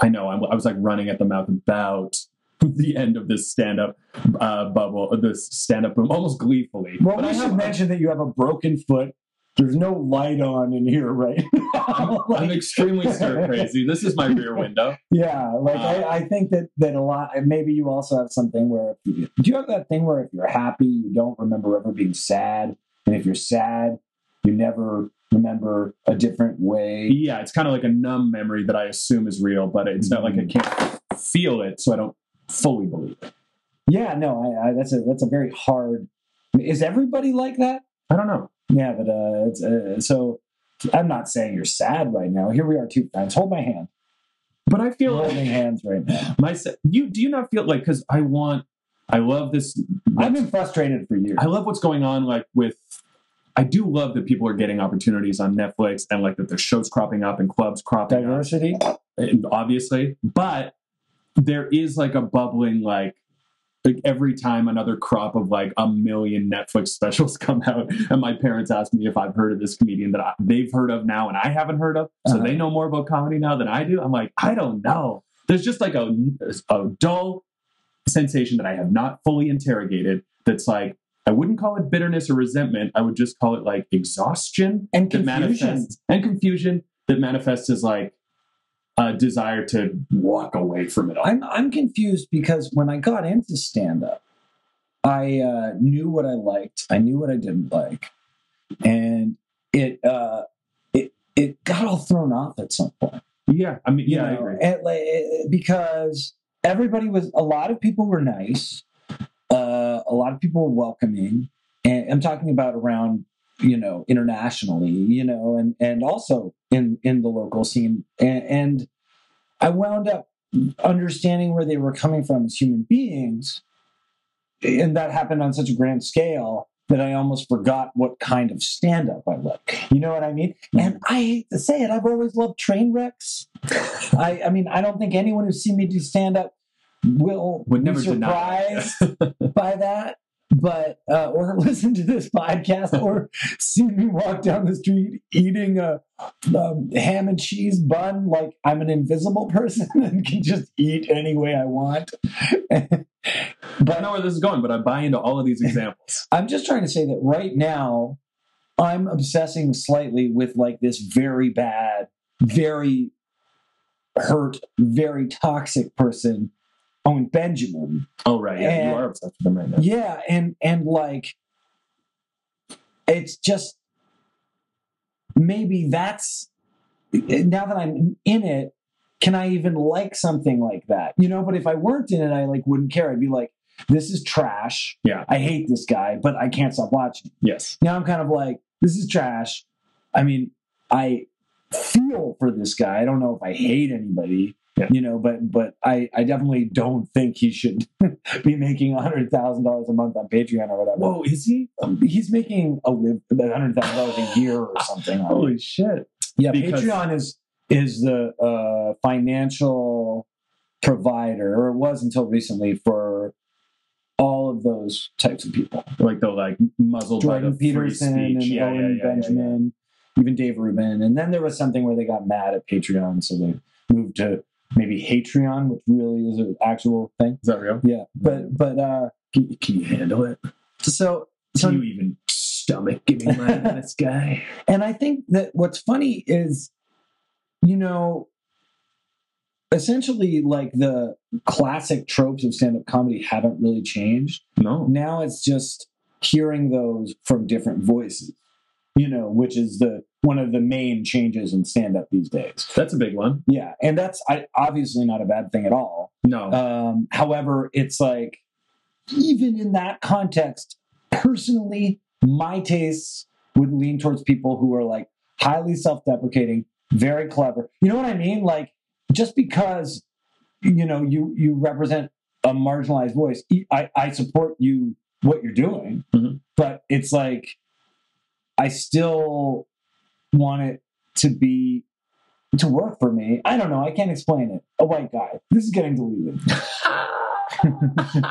Speaker 3: I know I'm, I was like running at the mouth about the end of this stand up uh, bubble, this stand up boom, almost gleefully.
Speaker 2: well,
Speaker 3: But I
Speaker 2: we should
Speaker 3: have-
Speaker 2: mention that you have a broken foot. There's no light on in here right [LAUGHS] now. Like-
Speaker 3: [LAUGHS] I'm extremely stir crazy. This is my rear window.
Speaker 2: Yeah, like I, I think that that a lot. and Maybe you also have something where do you have that thing where if you're happy, you don't remember ever being sad, and if you're sad, you never remember a different way.
Speaker 3: yeah, it's kind of like a numb memory that I assume is real, but it's not like I can't feel it, so I don't fully believe it.
Speaker 2: Yeah, no, I, I, that's a that's a very hard. Is everybody like that?
Speaker 3: I don't know.
Speaker 2: Yeah, but uh, it's, uh, so I'm not saying you're sad right now. Here we are, two friends. Hold my hand.
Speaker 3: But I
Speaker 2: We're
Speaker 3: feel
Speaker 2: holding
Speaker 3: like
Speaker 2: hands right now.
Speaker 3: my se- you do you not feel like because I want I love this
Speaker 2: I've been frustrated for years.
Speaker 3: I love what's going on like with I do love that people are getting opportunities on Netflix and like that there's shows cropping up and clubs cropping up.
Speaker 2: Diversity.
Speaker 3: and obviously, but there is like a bubbling like like every time another crop of like a million Netflix [LAUGHS] specials come out, and my parents ask me if I've heard of this comedian that I, they've heard of now and I haven't heard of, so
Speaker 2: Uh-huh.
Speaker 3: they know more about comedy now than I do. I'm like, I don't know. There's just like a, a dull sensation that I have not fully interrogated. That's like I wouldn't call it bitterness or resentment. I would just call it like exhaustion
Speaker 2: And
Speaker 3: that
Speaker 2: confusion.
Speaker 3: manifests and confusion that manifests as like a desire to walk away from it all.
Speaker 2: I'm I'm confused because when I got into stand up, I uh, knew what I liked, I knew what I didn't like, and it uh, it it got all thrown off at some point.
Speaker 3: yeah, I mean,
Speaker 2: you
Speaker 3: yeah, I
Speaker 2: know,
Speaker 3: agree.
Speaker 2: and, like, eh, because everybody was a lot of people were nice, uh, a lot of people were welcoming, and I'm talking about around you know internationally, you know, and and also in in the local scene, and, and I wound up understanding where they were coming from as human beings. And that happened on such a grand scale that I almost forgot what kind of stand up I like. You know what I mean?
Speaker 3: Mm-hmm.
Speaker 2: And I hate to say it, I've always loved train wrecks.
Speaker 3: [LAUGHS]
Speaker 2: I, I mean, I don't think anyone who's seen me do stand up will
Speaker 3: Would never
Speaker 2: be
Speaker 3: deny it.
Speaker 2: surprised
Speaker 3: [LAUGHS]
Speaker 2: by that. But uh, or [LAUGHS] listen to this podcast or see me walk down the street eating a um, ham and cheese bun like I'm an invisible person [LAUGHS] and can just eat any way I want.
Speaker 3: I don't know where this is going, but I buy into all of these examples.
Speaker 2: I'm just trying to say that right now, I'm obsessing slightly with like this very bad, very hurt, very toxic person, Owen Benjamin.
Speaker 3: oh right, yeah,
Speaker 2: And-
Speaker 3: you are obsessed with them right now.
Speaker 2: Yeah, and and like, it's just maybe that's now that I'm in it. Can I even like something like that? You know, but if I weren't in it, I like wouldn't care. I'd be like, this is trash.
Speaker 3: Yeah.
Speaker 2: I hate this guy, but I can't stop watching
Speaker 3: Yes,
Speaker 2: now I'm kind of like, this is trash. I mean, I feel for this guy. I don't know if I hate anybody,
Speaker 3: Yeah.
Speaker 2: you know, but but I, I definitely don't think he should [LAUGHS] be making hundred thousand dollars a month on Patreon or whatever.
Speaker 3: Whoa, is he?
Speaker 2: Um, He's making a live hundred thousand dollars a year
Speaker 3: [LAUGHS]
Speaker 2: or something. on it.
Speaker 3: Holy shit!
Speaker 2: yeah,
Speaker 3: because-
Speaker 2: Patreon is is the uh, financial provider, or it was until recently for all of those types of people.
Speaker 3: Like the like muzzled by
Speaker 2: Jordan
Speaker 3: the
Speaker 2: Peterson
Speaker 3: free
Speaker 2: and
Speaker 3: speech. yeah,
Speaker 2: Owen
Speaker 3: yeah, yeah, yeah,
Speaker 2: Benjamin, even Dave Rubin. And then there was something where they got mad at Patreon, so they moved to maybe Hatreon, which really is an actual thing.
Speaker 3: Is that real?
Speaker 2: Yeah, but but uh,
Speaker 3: Can, can you handle it?
Speaker 2: so
Speaker 3: Can
Speaker 2: so
Speaker 3: you even stomach
Speaker 2: [LAUGHS]
Speaker 3: giving money to this guy?
Speaker 2: and I think that what's funny is, you know, essentially like the classic tropes of stand-up comedy haven't really changed.
Speaker 3: No.
Speaker 2: now it's just hearing those from different voices you know which is the one of the main changes in stand up these days
Speaker 3: That's a big one.
Speaker 2: yeah and that's I, obviously not a bad thing at all
Speaker 3: No.
Speaker 2: um, however it's like even in that context personally my tastes would lean towards people who are like highly self-deprecating very clever you know what i mean like just because you know you you represent a marginalized voice e, i i support you what you're doing
Speaker 3: Mhm.
Speaker 2: but it's like i still want it to be to work for me i don't know i can't explain it a white guy this is getting deleted and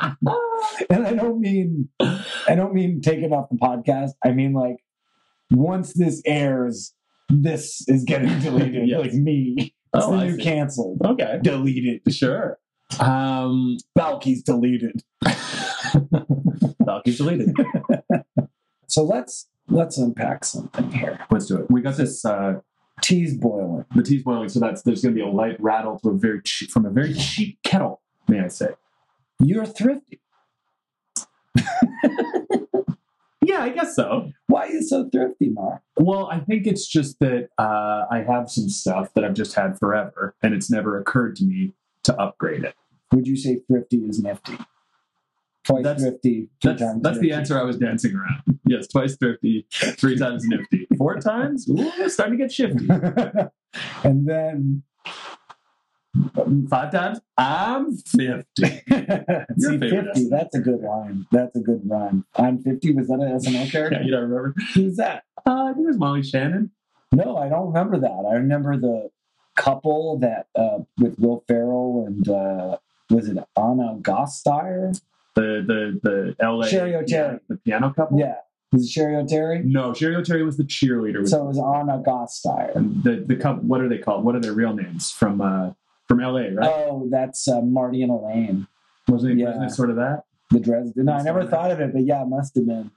Speaker 2: i don't mean i don't mean take it off the podcast i mean like once this airs this is getting [LAUGHS] deleted
Speaker 3: Yes.
Speaker 2: like me it's
Speaker 3: Oh,
Speaker 2: the
Speaker 3: I
Speaker 2: new
Speaker 3: see.
Speaker 2: canceled
Speaker 3: okay.
Speaker 2: deleted
Speaker 3: Sure. Um,
Speaker 2: balky's deleted
Speaker 3: [LAUGHS] Valky's deleted.
Speaker 2: so let's let's unpack something here
Speaker 3: Let's do it. We got this. Uh,
Speaker 2: tea's boiling
Speaker 3: the tea's boiling, so that's there's going to be a light rattle to a very cheap, from a very cheap kettle, may I say?
Speaker 2: you're thrifty
Speaker 3: [LAUGHS] Yeah, I guess so.
Speaker 2: why are you so thrifty mark
Speaker 3: Well, I think it's just that uh, I have some stuff that I've just had forever, and it's never occurred to me to upgrade it.
Speaker 2: would you say thrifty is nifty twice
Speaker 3: That's-
Speaker 2: thrifty two
Speaker 3: That's,
Speaker 2: times
Speaker 3: that's the
Speaker 2: nifty.
Speaker 3: answer I was dancing around. Yes, twice thrifty, three times nifty, four times. Ooh, it's starting to get shifty.
Speaker 2: [LAUGHS] and then
Speaker 3: Five times, I'm fifty. [LAUGHS]
Speaker 2: [LAUGHS] See,
Speaker 3: favorite
Speaker 2: 50,
Speaker 3: SNL
Speaker 2: that's a good line. That's a good rhyme. I'm 50. Was that an SNL
Speaker 3: Yeah, [LAUGHS]
Speaker 2: character?
Speaker 3: you don't remember?
Speaker 2: Who's that?
Speaker 3: Uh, I think it was Molly Shannon.
Speaker 2: No, I don't remember that. I remember the couple that uh, with Will Ferrell and uh, was it Anna Gosteyer?
Speaker 3: the the the L.A.
Speaker 2: Sherry O'Terry.
Speaker 3: the piano couple.
Speaker 2: Yeah. Was it Sherry O'Terry?
Speaker 3: No, Sherry O'Terry was the cheerleader.
Speaker 2: So it was Anna Gosteyer.
Speaker 3: And the the couple. What are they called? What are their real names from uh from L.A. Right?
Speaker 2: Oh, that's uh, Marty and Elaine,
Speaker 3: wasn't, it,
Speaker 2: yeah.
Speaker 3: wasn't it sort of that?
Speaker 2: the Dresden. No, I
Speaker 3: That's
Speaker 2: never
Speaker 3: right.
Speaker 2: thought of it, but yeah, it must have been.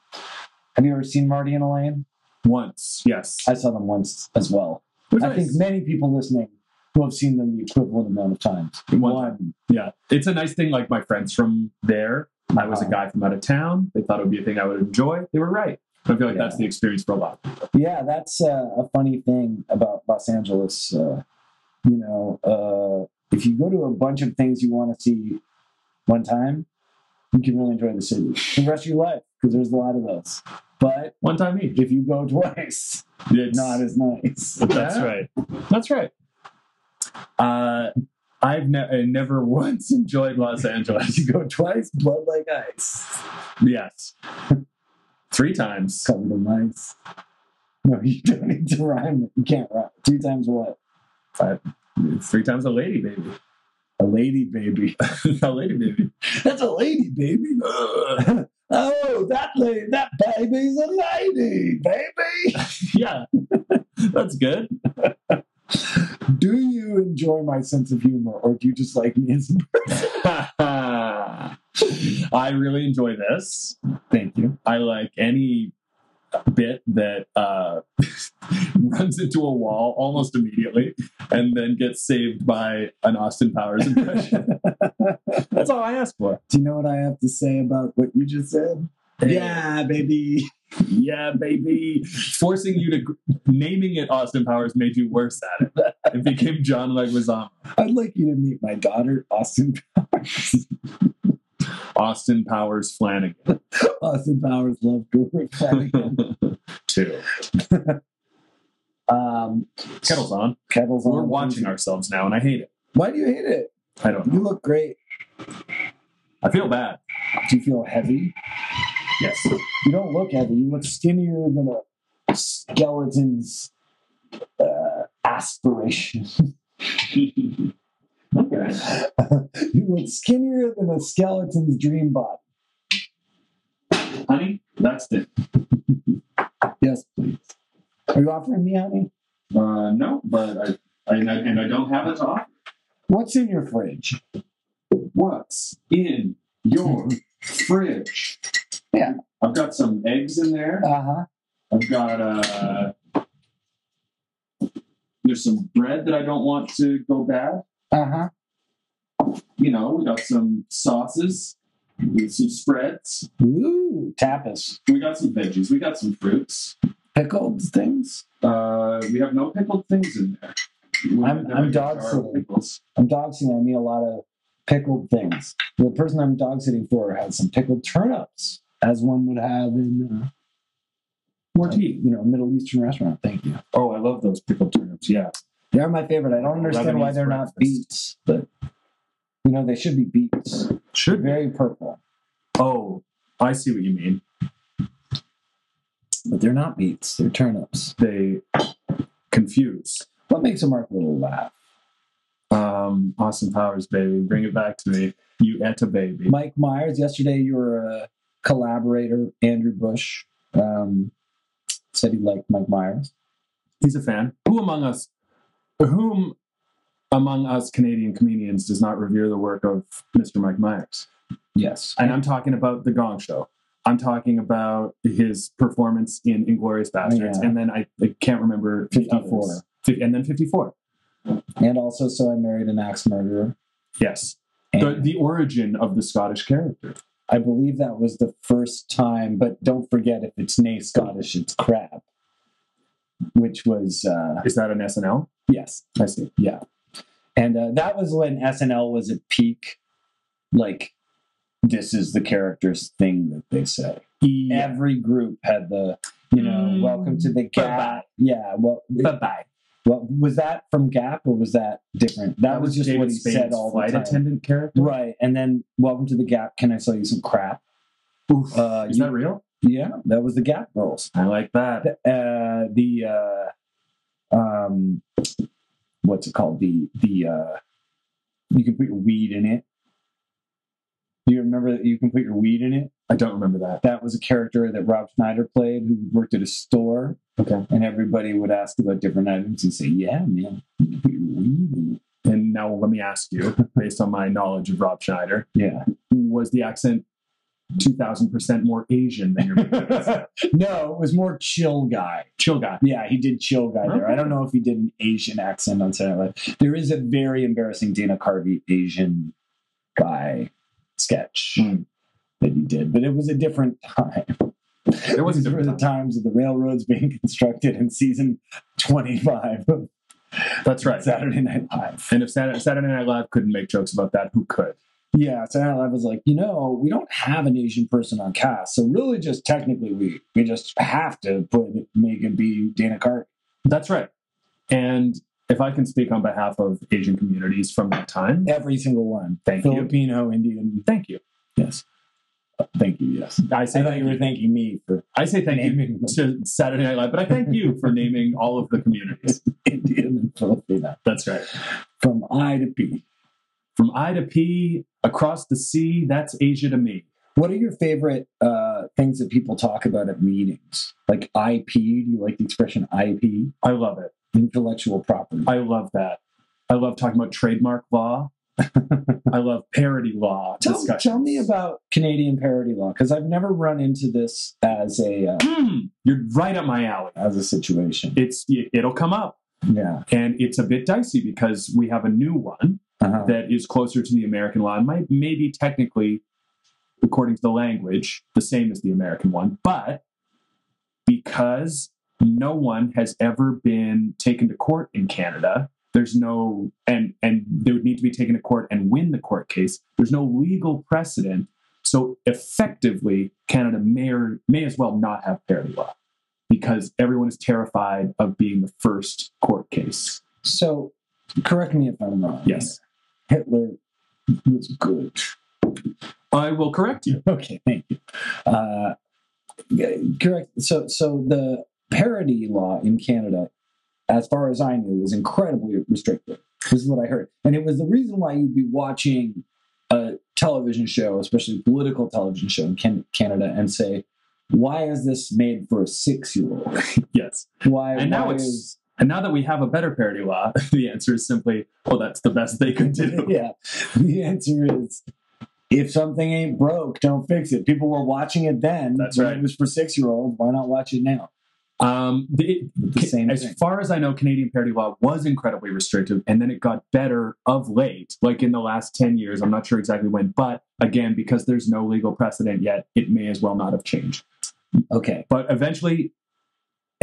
Speaker 2: Have you ever seen Marty and Elaine?
Speaker 3: Once, yes.
Speaker 2: I saw them once as well.
Speaker 3: It was
Speaker 2: I
Speaker 3: nice.
Speaker 2: think many people listening will have seen them the equivalent amount of times.
Speaker 3: One yeah, it's a nice thing. Like my friends from there, I was a
Speaker 2: Uh-huh.
Speaker 3: guy from out of town. They thought it would be a thing I would enjoy. They were right. I feel like
Speaker 2: Yeah.
Speaker 3: that's the experience for a lot.
Speaker 2: Yeah, that's uh, a funny thing about Los Angeles. Uh, you know, uh, if you go to a bunch of things you want to see one time, you can really enjoy the city the rest of your life because there's a lot of those. But
Speaker 3: One time each.
Speaker 2: if you go [LAUGHS] twice,
Speaker 3: It's
Speaker 2: not as nice.
Speaker 3: [LAUGHS] That's right. That's right. Uh, I've ne- I never [LAUGHS] once enjoyed Los
Speaker 2: [LAUGHS] [LAUGHS]
Speaker 3: Angeles.
Speaker 2: You go twice, blood like ice,
Speaker 3: Yes. Three times.
Speaker 2: covered in mice. No, [LAUGHS] you don't need to rhyme. it. You can't rhyme. Two times what?
Speaker 3: Three times a lady baby.
Speaker 2: A lady [LAUGHS] baby.
Speaker 3: a lady baby.
Speaker 2: That's a lady
Speaker 3: [LAUGHS]
Speaker 2: baby.
Speaker 3: Ugh.
Speaker 2: Oh, that lady, that baby's a lady, baby.
Speaker 3: [LAUGHS] yeah. That's good.
Speaker 2: Do you enjoy my sense of humor, or do you just like me as?
Speaker 3: [LAUGHS] I really enjoy this.
Speaker 2: Thank you.
Speaker 3: I like any bit that uh, [LAUGHS] runs into a wall almost immediately and then gets saved by an Austin Powers impression. That's all I ask for.
Speaker 2: Do you know what I have to say about what you just said? Yeah, baby.
Speaker 3: Yeah, baby. Forcing you to naming it Austin Powers made you worse at it. It became John Leguizamo.
Speaker 2: I'd like you to meet my daughter, Austin [LAUGHS]
Speaker 3: Austin Powers Flanagan.
Speaker 2: Austin Powers Love
Speaker 3: [LAUGHS]
Speaker 2: Guru.
Speaker 3: Two.
Speaker 2: um,
Speaker 3: Kettle's on.
Speaker 2: kettles on.
Speaker 3: We're watching ourselves now, and I hate it.
Speaker 2: Why do you hate it?
Speaker 3: I don't know.
Speaker 2: You look great.
Speaker 3: I feel bad.
Speaker 2: Do you feel heavy?
Speaker 3: Yes.
Speaker 2: You don't look heavy. You look skinnier than a skeleton's uh, aspiration. [LAUGHS] you look skinnier than a skeleton's dream body.
Speaker 3: Honey, that's it.
Speaker 2: Yes, please. Are you offering me, honey?
Speaker 3: Uh, no, but I, I and I don't have it to offer.
Speaker 2: What's in your fridge?
Speaker 3: What's in your fridge?
Speaker 2: Yeah.
Speaker 3: I've got some eggs in there.
Speaker 2: Uh huh.
Speaker 3: I've got uh there's some bread that I don't want to go bad.
Speaker 2: Uh huh.
Speaker 3: You know, we got some sauces, we got some spreads,
Speaker 2: Ooh, tapas,
Speaker 3: we got some veggies, we got some fruits.
Speaker 2: pickled things.
Speaker 3: Uh we have no pickled things in there. We
Speaker 2: I'm-
Speaker 3: never
Speaker 2: I'm
Speaker 3: use
Speaker 2: dog
Speaker 3: our
Speaker 2: sitting.
Speaker 3: pickles.
Speaker 2: I'm dog sitting. I need a lot of pickled things. The person I'm dog sitting for has some pickled turnips, as one would have in, uh,
Speaker 3: Morty.
Speaker 2: you know, a Middle Eastern restaurant. Thank you.
Speaker 3: Oh, I love those pickled turnips, yeah.
Speaker 2: They're my favorite. I don't understand why
Speaker 3: Lebanese
Speaker 2: they're not
Speaker 3: breakfast.
Speaker 2: beets, but You know, they should be beets.
Speaker 3: Should be.
Speaker 2: Very purple,
Speaker 3: Oh, I see what you mean.
Speaker 2: but they're not beets. They're turnips.
Speaker 3: They confuse.
Speaker 2: What makes a Mark Little laugh?
Speaker 3: Um, Austin Powers, baby, bring it back to me. You etta baby.
Speaker 2: Mike Myers. Yesterday, you were a collaborator. Andrew Bush um, said he liked Mike Myers.
Speaker 3: He's a fan. Who among us, whom among us Canadian comedians does not revere the work of Mr. Mike Myers?
Speaker 2: Yes,
Speaker 3: And I'm talking about The Gong Show. I'm talking about his performance in Inglorious Bastards.
Speaker 2: Oh, Yeah.
Speaker 3: And then I, I can't remember the
Speaker 2: 54.
Speaker 3: others. Fif- And then 54.
Speaker 2: and also, so I married an axe murderer.
Speaker 3: Yes.
Speaker 2: And
Speaker 3: The, the origin of the Scottish character.
Speaker 2: I believe that was the first time, but don't forget if it's nay Scottish, it's crab, which was, uh,
Speaker 3: Is that an SNL?
Speaker 2: yes.
Speaker 3: I see.
Speaker 2: And uh, that was when SNL was at peak. Like, this is the character's thing that they say. Every group had the, you know,
Speaker 3: Mm.
Speaker 2: welcome to the
Speaker 3: Bye-bye.
Speaker 2: Gap. Yeah. Well,
Speaker 3: bye.
Speaker 2: well, was that from Gap or was that different? That, was, just what he said all the
Speaker 3: flight
Speaker 2: time.
Speaker 3: attendant character.
Speaker 2: Right. And then, welcome to the Gap. Can I sell you some crap?
Speaker 3: Oof.
Speaker 2: Uh,
Speaker 3: Is
Speaker 2: you-
Speaker 3: that real?
Speaker 2: yeah, that was the Gap Girls.
Speaker 3: I like that.
Speaker 2: uh, the uh, um, what's it called? The the uh, you can put your weed in it. Do you remember that you can put your weed in it?
Speaker 3: I don't remember that.
Speaker 2: That was a character that Rob Schneider played, who worked at a store,
Speaker 3: Okay.
Speaker 2: and everybody would ask about different items and say, "Yeah, man, you can put your weed in it."
Speaker 3: And now let me ask you, based on my knowledge of Rob Schneider,
Speaker 2: Yeah.
Speaker 3: was the accent two thousand percent more Asian than your
Speaker 2: no, it was more chill guy.
Speaker 3: [LAUGHS] chill guy?
Speaker 2: Yeah, he did chill guy there. I
Speaker 3: Okay.
Speaker 2: don't know if he did an Asian accent on Saturday Night Live. There is a very embarrassing Dana Carvey Asian guy sketch
Speaker 3: Hmm.
Speaker 2: that he did, but it was a different time.
Speaker 3: There was
Speaker 2: [LAUGHS]
Speaker 3: a
Speaker 2: These were
Speaker 3: different
Speaker 2: the times of the railroads being [LAUGHS] constructed in season twenty-five of
Speaker 3: That's right.
Speaker 2: Saturday Night Live.
Speaker 3: And if Saturday, Saturday Night Live couldn't make jokes about that, who could?
Speaker 2: Yeah, Saturday Night Live was like, you know, we don't have an Asian person on cast, so really, just technically, we we just have to put make it be Dana Carvey.
Speaker 3: That's right. And if I can speak on behalf of Asian communities from that time,
Speaker 2: Every single one.
Speaker 3: Thank you.
Speaker 2: Filipino, Indian.
Speaker 3: thank you.
Speaker 2: Yes. Uh, Thank you. Yes.
Speaker 3: I
Speaker 2: I
Speaker 3: say
Speaker 2: thought
Speaker 3: thank
Speaker 2: you were
Speaker 3: you.
Speaker 2: thanking me for
Speaker 3: I say thank you
Speaker 2: naming them
Speaker 3: to Saturday Night Live, but I thank you for naming all of the communities.
Speaker 2: [LAUGHS] Indian and Filipino
Speaker 3: That's right.
Speaker 2: from I to P.
Speaker 3: From I to P, across the sea, that's Asia to me.
Speaker 2: What are your favorite uh, things that people talk about at meetings? Like IP? Do you like the expression IP?
Speaker 3: I love it.
Speaker 2: Intellectual property.
Speaker 3: I love that. I love talking about trademark
Speaker 2: [LAUGHS]
Speaker 3: law. I love parody law
Speaker 2: Tell,
Speaker 3: discussions.
Speaker 2: tell me about Canadian parody law because I've never run into this as a uh,
Speaker 3: Hmm, you're right up my alley.
Speaker 2: as a situation.
Speaker 3: It's it'll come up,
Speaker 2: Yeah.
Speaker 3: and it's a bit dicey because we have a new one
Speaker 2: Uh-huh.
Speaker 3: that is closer to the American law and might maybe technically, according to the language, the same as the American one, but because no one has ever been taken to court in Canada, there's no and and they would need to be taken to court and win the court case. There's no legal precedent. So effectively, Canada may or, may as well not have parity law because everyone is terrified of being the first court case.
Speaker 2: So, correct me if I'm wrong.
Speaker 3: Yes.
Speaker 2: Hitler was good.
Speaker 3: I will correct you.
Speaker 2: Okay, thank you. Uh, yeah, correct. So, so the parody law in Canada, as far as I knew, was incredibly restrictive. This is what I heard, and it was the reason why you'd be watching a television show, especially a political television show in Can- Canada, and say, "Why is this made for a six-year-old?
Speaker 3: Yes.
Speaker 2: Why?"
Speaker 3: And now
Speaker 2: why
Speaker 3: it's-
Speaker 2: is-
Speaker 3: And now that we have a better parody law, [LAUGHS] the answer is simply, well, that's the best they could do.
Speaker 2: [LAUGHS] yeah. The answer is if something ain't broke, don't fix it. People were watching it then.
Speaker 3: That's
Speaker 2: when
Speaker 3: right.
Speaker 2: It was for six year olds. Why not watch it now?
Speaker 3: Um, the,
Speaker 2: The same
Speaker 3: as
Speaker 2: thing.
Speaker 3: far as I know, Canadian parody law was incredibly restrictive, and then it got better of late, like in the last 10 years. I'm not sure exactly when, but again, because there's no legal precedent yet, it may as well not have changed.
Speaker 2: Okay.
Speaker 3: But eventually,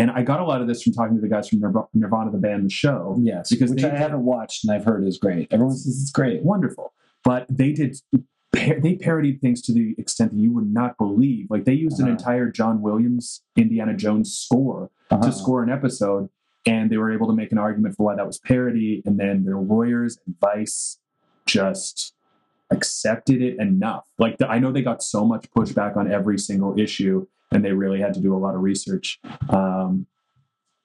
Speaker 3: and I got a lot of this from talking to the guys from Nirv- Nirvana, the band, the show,
Speaker 2: Yes.
Speaker 3: Because
Speaker 2: which
Speaker 3: they-
Speaker 2: I haven't watched and I've heard is great. Everyone says it's great.
Speaker 3: wonderful. But they did par- they parodied things to the extent that you would not believe. Like they used an
Speaker 2: Uh-huh.
Speaker 3: entire John Williams Indiana Jones score
Speaker 2: Uh-huh.
Speaker 3: to score an episode, and they were able to make an argument for why that was parody. And then their lawyers and Vice just accepted it enough. Like the, I know they got so much pushback on every single issue, and they really had to do a lot of research. Um,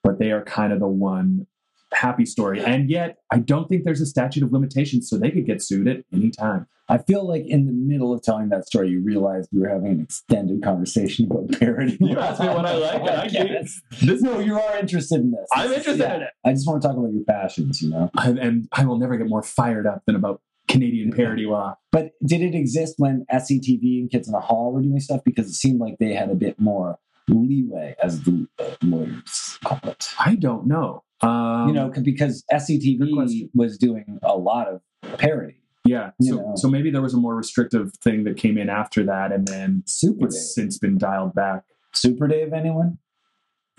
Speaker 3: but they are kind of the one happy story, and yet I don't think there's a statute of limitations, so they could get sued at any time.
Speaker 2: I feel like in the middle of telling that story, you realized we were having an extended conversation about parody.
Speaker 3: You asked me what I like,
Speaker 2: [LAUGHS]
Speaker 3: and I gave-
Speaker 2: Yes.
Speaker 3: This
Speaker 2: No, you are interested in this.
Speaker 3: I'm
Speaker 2: This is-
Speaker 3: interested
Speaker 2: yeah.
Speaker 3: in it,
Speaker 2: I just want to talk about your passions, you know.
Speaker 3: I, and I will never get more fired up than about Canadian parody law.
Speaker 2: But did it exist when SCTV and Kids in the Hall were doing stuff? Because it seemed like they had a bit more leeway, as the uh, lawyers call it.
Speaker 3: I don't know. Um,
Speaker 2: you know, c- because
Speaker 3: good question.
Speaker 2: SCTV was doing a lot of parody.
Speaker 3: yeah.
Speaker 2: you
Speaker 3: So,
Speaker 2: know.
Speaker 3: so maybe there was a more restrictive thing that came in after that, and then
Speaker 2: Super
Speaker 3: it's
Speaker 2: Dave.
Speaker 3: since been dialed back.
Speaker 2: Super Dave, anyone?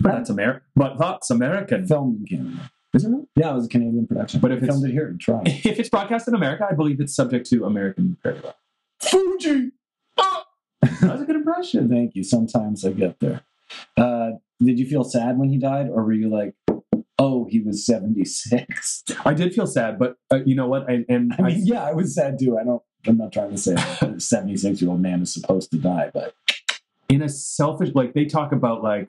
Speaker 3: But that's American. But that's American,
Speaker 2: Filmed in Canada.
Speaker 3: isn't it?
Speaker 2: Yeah, it was a Canadian production.
Speaker 3: But if it's-
Speaker 2: filmed it here in Toronto.
Speaker 3: If it's broadcast in America, I believe it's subject to American parody law.
Speaker 2: [LAUGHS] Fuji!
Speaker 3: That was a good impression.
Speaker 2: Thank you. Sometimes I get there. Uh, did you feel sad when he died, or were you like, oh, he was 76?
Speaker 3: I did feel sad, but uh, you know what? I, and
Speaker 2: [LAUGHS] I mean, yeah, I was sad too. I don't, I'm not trying to say a 76 year old man is supposed to die, but
Speaker 3: I, in a selfish, like they talk about like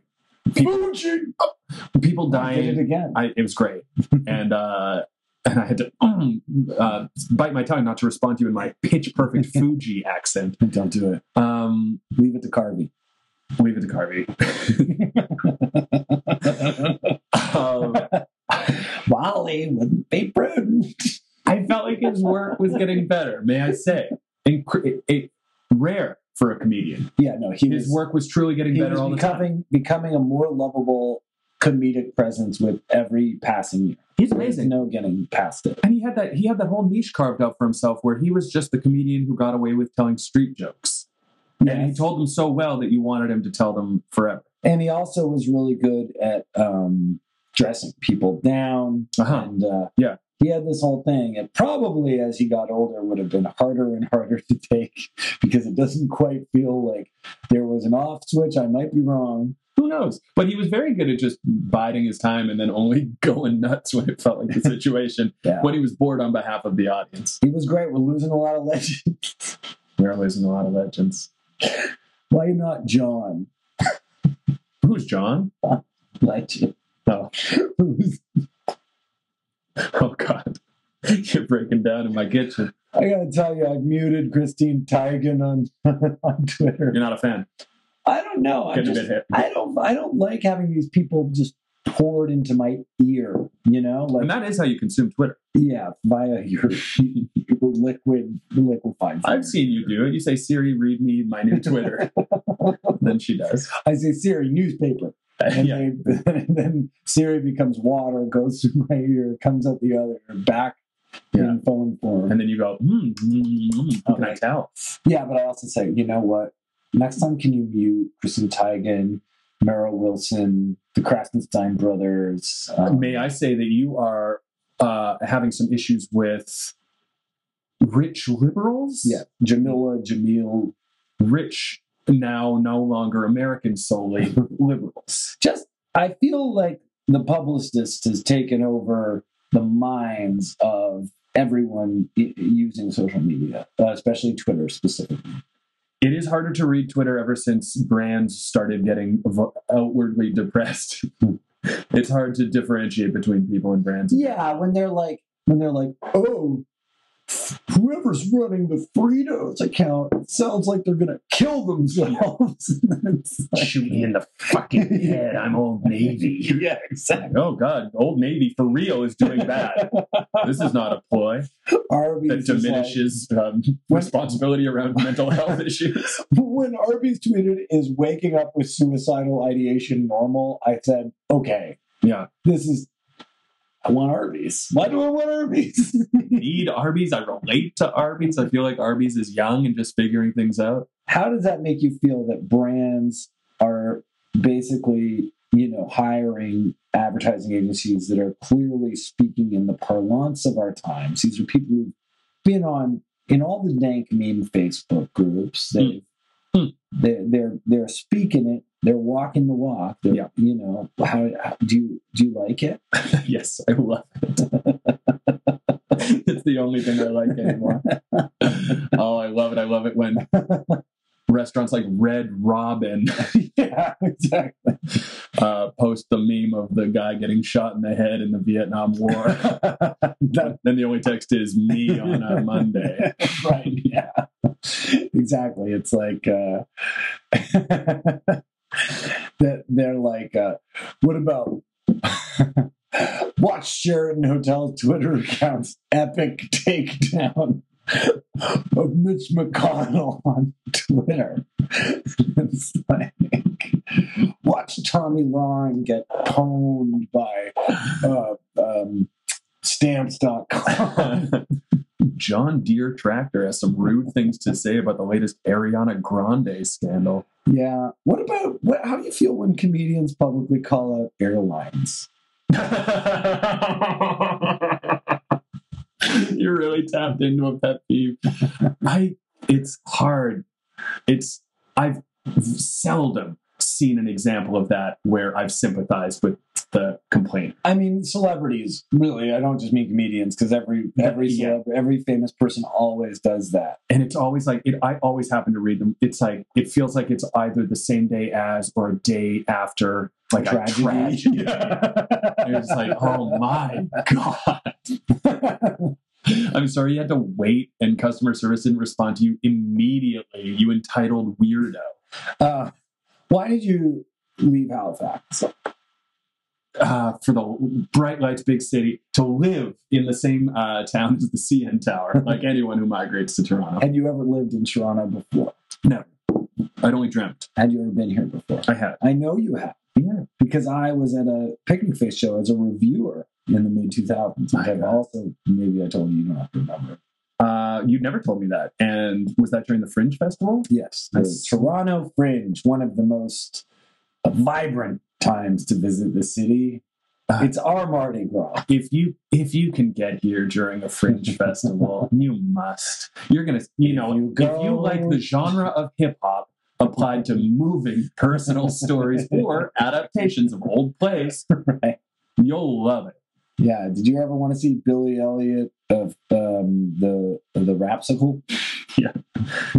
Speaker 2: Fuji!
Speaker 3: people
Speaker 2: I did it
Speaker 3: dying.
Speaker 2: again.
Speaker 3: I, it
Speaker 2: [LAUGHS]
Speaker 3: was great, and uh, and I had to um, uh, bite my tongue not to respond to you in my pitch
Speaker 2: [LAUGHS]
Speaker 3: perfect Fuji accent.
Speaker 2: Don't do it.
Speaker 3: Um,
Speaker 2: Leave it to Carvey.
Speaker 3: leave it to Carvey. [LAUGHS] um,
Speaker 2: [LAUGHS] Wally wouldn't be prudent.
Speaker 3: I felt like his work was getting better. May I say, Incre- it, it- rare for a comedian.
Speaker 2: Yeah, no, he
Speaker 3: His
Speaker 2: was
Speaker 3: work was truly getting
Speaker 2: he
Speaker 3: better
Speaker 2: was
Speaker 3: all the time.
Speaker 2: becoming becoming a more lovable comedic presence with every passing year.
Speaker 3: He's
Speaker 2: There's
Speaker 3: amazing,
Speaker 2: no getting past it.
Speaker 3: and he had that he had that whole niche carved out for himself, where he was just the comedian who got away with telling street jokes, and he
Speaker 2: Yes.
Speaker 3: told them so well that you wanted him to tell them forever.
Speaker 2: and he also was really good at um, dressing people down
Speaker 3: Uh-huh.
Speaker 2: and uh,
Speaker 3: Yeah.
Speaker 2: he had this whole thing it probably as he got older would have been harder and harder to take [LAUGHS] because it doesn't quite feel like there was an off switch i might be wrong
Speaker 3: Who knows? But he was very good at just biding his time and then only [LAUGHS] going nuts when it felt like
Speaker 2: [LAUGHS]
Speaker 3: the situation
Speaker 2: yeah
Speaker 3: when he was bored on behalf of the audience.
Speaker 2: he was great we're losing a lot of legends
Speaker 3: We are losing a lot of legends.
Speaker 2: [LAUGHS] why not john
Speaker 3: Who's John?
Speaker 2: legend [LAUGHS]
Speaker 3: Oh. [LAUGHS] Oh God, you're breaking down in my kitchen.
Speaker 2: I gotta tell you, I've muted Christine Teigen on [LAUGHS] on Twitter.
Speaker 3: You're not a fan.
Speaker 2: I don't know. I
Speaker 3: Getting
Speaker 2: just,
Speaker 3: a bit hit.
Speaker 2: I don't. I don't like having these people just poured into my ear. You know, like
Speaker 3: And that is how you consume Twitter.
Speaker 2: yeah, via your, [LAUGHS] your liquid liquefied.
Speaker 3: I've seen you do it. You say Siri, read me my new
Speaker 2: [LAUGHS]
Speaker 3: Twitter. then she does.
Speaker 2: I say Siri
Speaker 3: [LAUGHS]
Speaker 2: newspaper, and,
Speaker 3: yeah.
Speaker 2: they, [LAUGHS] and then Siri becomes water, goes through my ear, comes out the other, back
Speaker 3: Yeah.
Speaker 2: in phone form.
Speaker 3: And then you go, hmm, mm, mm, mm, how can I tell?
Speaker 2: Yeah, but I also say, you know what? Next time, can you mute Kristen Teigen, Merrill Wilson, the Krasenstein brothers? um,
Speaker 3: May I say that you are uh, having some issues with rich liberals?
Speaker 2: Yeah, Jamila, Jamil,
Speaker 3: Rich, now no longer American solely [LAUGHS] liberals.
Speaker 2: just I feel like the publicist has taken over the minds of everyone I- using social media, uh, especially Twitter specifically.
Speaker 3: It is harder to read Twitter ever since brands started getting vo- outwardly depressed. [LAUGHS] it's hard to differentiate between people and brands.
Speaker 2: Yeah, when they're like, when they're like, oh, whoever's running the Fritos account it sounds like they're gonna kill themselves. [LAUGHS] It's like-
Speaker 3: Shoot me in the
Speaker 2: [LAUGHS]
Speaker 3: fucking head. I'm Old Navy.
Speaker 2: yeah, exactly.
Speaker 3: Oh, God. Old Navy for real is doing bad. this is not a ploy that
Speaker 2: Arby's is like-
Speaker 3: diminishes um, responsibility around mental [LAUGHS] health issues.
Speaker 2: when Arby's tweeted is waking up with suicidal ideation normal, I said, okay,
Speaker 3: Yeah.
Speaker 2: this is I want Arby's. Why do I want Arby's? [LAUGHS]
Speaker 3: Need Arby's. I relate to Arby's. I feel like Arby's is young and just figuring things out. [LAUGHS]
Speaker 2: How does that make you feel that brands are basically, you know, hiring advertising agencies that are clearly speaking in the parlance of our times? These are people who've been on in all the dank meme Facebook groups. They
Speaker 3: Mm.
Speaker 2: they're, they're they're speaking it. They're walking the walk. They're-
Speaker 3: Yeah.
Speaker 2: You know how, how do you do you like it?
Speaker 3: yes, I love it. [LAUGHS] it's the only thing I like anymore. [LAUGHS] oh, I love it. I love
Speaker 2: [LAUGHS]
Speaker 3: it when restaurants like Red Robin
Speaker 2: yeah, exactly.
Speaker 3: [LAUGHS] uh, post the meme of the guy getting shot in the head in the Vietnam
Speaker 2: [LAUGHS]
Speaker 3: War.
Speaker 2: That's
Speaker 3: then the only text is me on a Monday.
Speaker 2: [LAUGHS] right. Yeah. Exactly. It's like uh [LAUGHS] that they're like uh what about [LAUGHS] watch Sheraton Hotel Twitter accounts epic takedown [LAUGHS] of Mitch McConnell on Twitter. [LAUGHS] it's like watch Tommy Lauren get pwned by uh, um, stamps.com.
Speaker 3: John Deere Tractor has some rude things to say about the latest Ariana Grande scandal.
Speaker 2: Yeah. What about what, how do you feel when comedians publicly call out airlines?
Speaker 3: [LAUGHS] You're really tapped into a pet peeve. I it's hard. It's I've seldom seen an example of that where I've sympathized with the complaint.
Speaker 2: I mean, celebrities. Really, I don't just mean comedians because every every
Speaker 3: Yeah.
Speaker 2: celeb- every famous person always does that.
Speaker 3: And it's always like it I always happen to read them. It's like it feels like it's either the same day as or a day after like a tragedy. And It's like, oh my God. [LAUGHS] I'm sorry you had to wait and customer service didn't respond to you immediately, you entitled weirdo.
Speaker 2: [LAUGHS] Uh, why did you leave Halifax?
Speaker 3: Uh, for the bright lights, big city, to live in the same uh, town as the CN Tower, [LAUGHS] like anyone who migrates to Toronto.
Speaker 2: Had you ever lived in Toronto before?
Speaker 3: I'd only dreamt.
Speaker 2: Had you ever been here before?
Speaker 3: I had.
Speaker 2: I know you have.
Speaker 3: Yeah.
Speaker 2: because I was at a picnic face show as a reviewer in the mid 2000s.
Speaker 3: My
Speaker 2: I've
Speaker 3: God.
Speaker 2: also, maybe I told you, you don't have to remember.
Speaker 3: Uh, you never told me that. And was that during the Fringe Festival?
Speaker 2: Yes, the
Speaker 3: That's-
Speaker 2: Toronto Fringe, one of the most vibrant times to visit the city.
Speaker 3: Ah.
Speaker 2: it's our Mardi Gras.
Speaker 3: If you if you can get here during a
Speaker 2: [LAUGHS]
Speaker 3: fringe festival, you must. You're gonna you know
Speaker 2: You go-
Speaker 3: if you like the genre of hip hop applied to moving
Speaker 2: [LAUGHS]
Speaker 3: personal stories or adaptations of old plays,
Speaker 2: Right.
Speaker 3: you'll love it.
Speaker 2: Yeah. Did you ever want to see Billy Elliot of um, the the Rapsicle? [LAUGHS]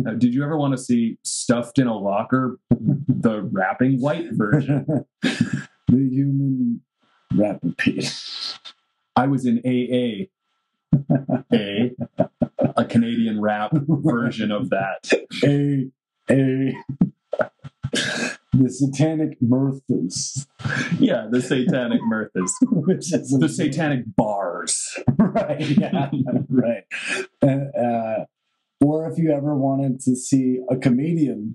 Speaker 3: Uh, Did you ever want to see stuffed in a locker the rapping white
Speaker 2: [LAUGHS]
Speaker 3: version?
Speaker 2: the human Rapapede.
Speaker 3: I was in AA, a a Canadian rap version of that.
Speaker 2: [LAUGHS] A A The Satanic Mirthas. [LAUGHS]
Speaker 3: Yeah, the Satanic Mirthas,
Speaker 2: which is
Speaker 3: the Satanic Bars.
Speaker 2: [LAUGHS] right yeah [LAUGHS] right And, uh, or if you ever wanted to see a comedian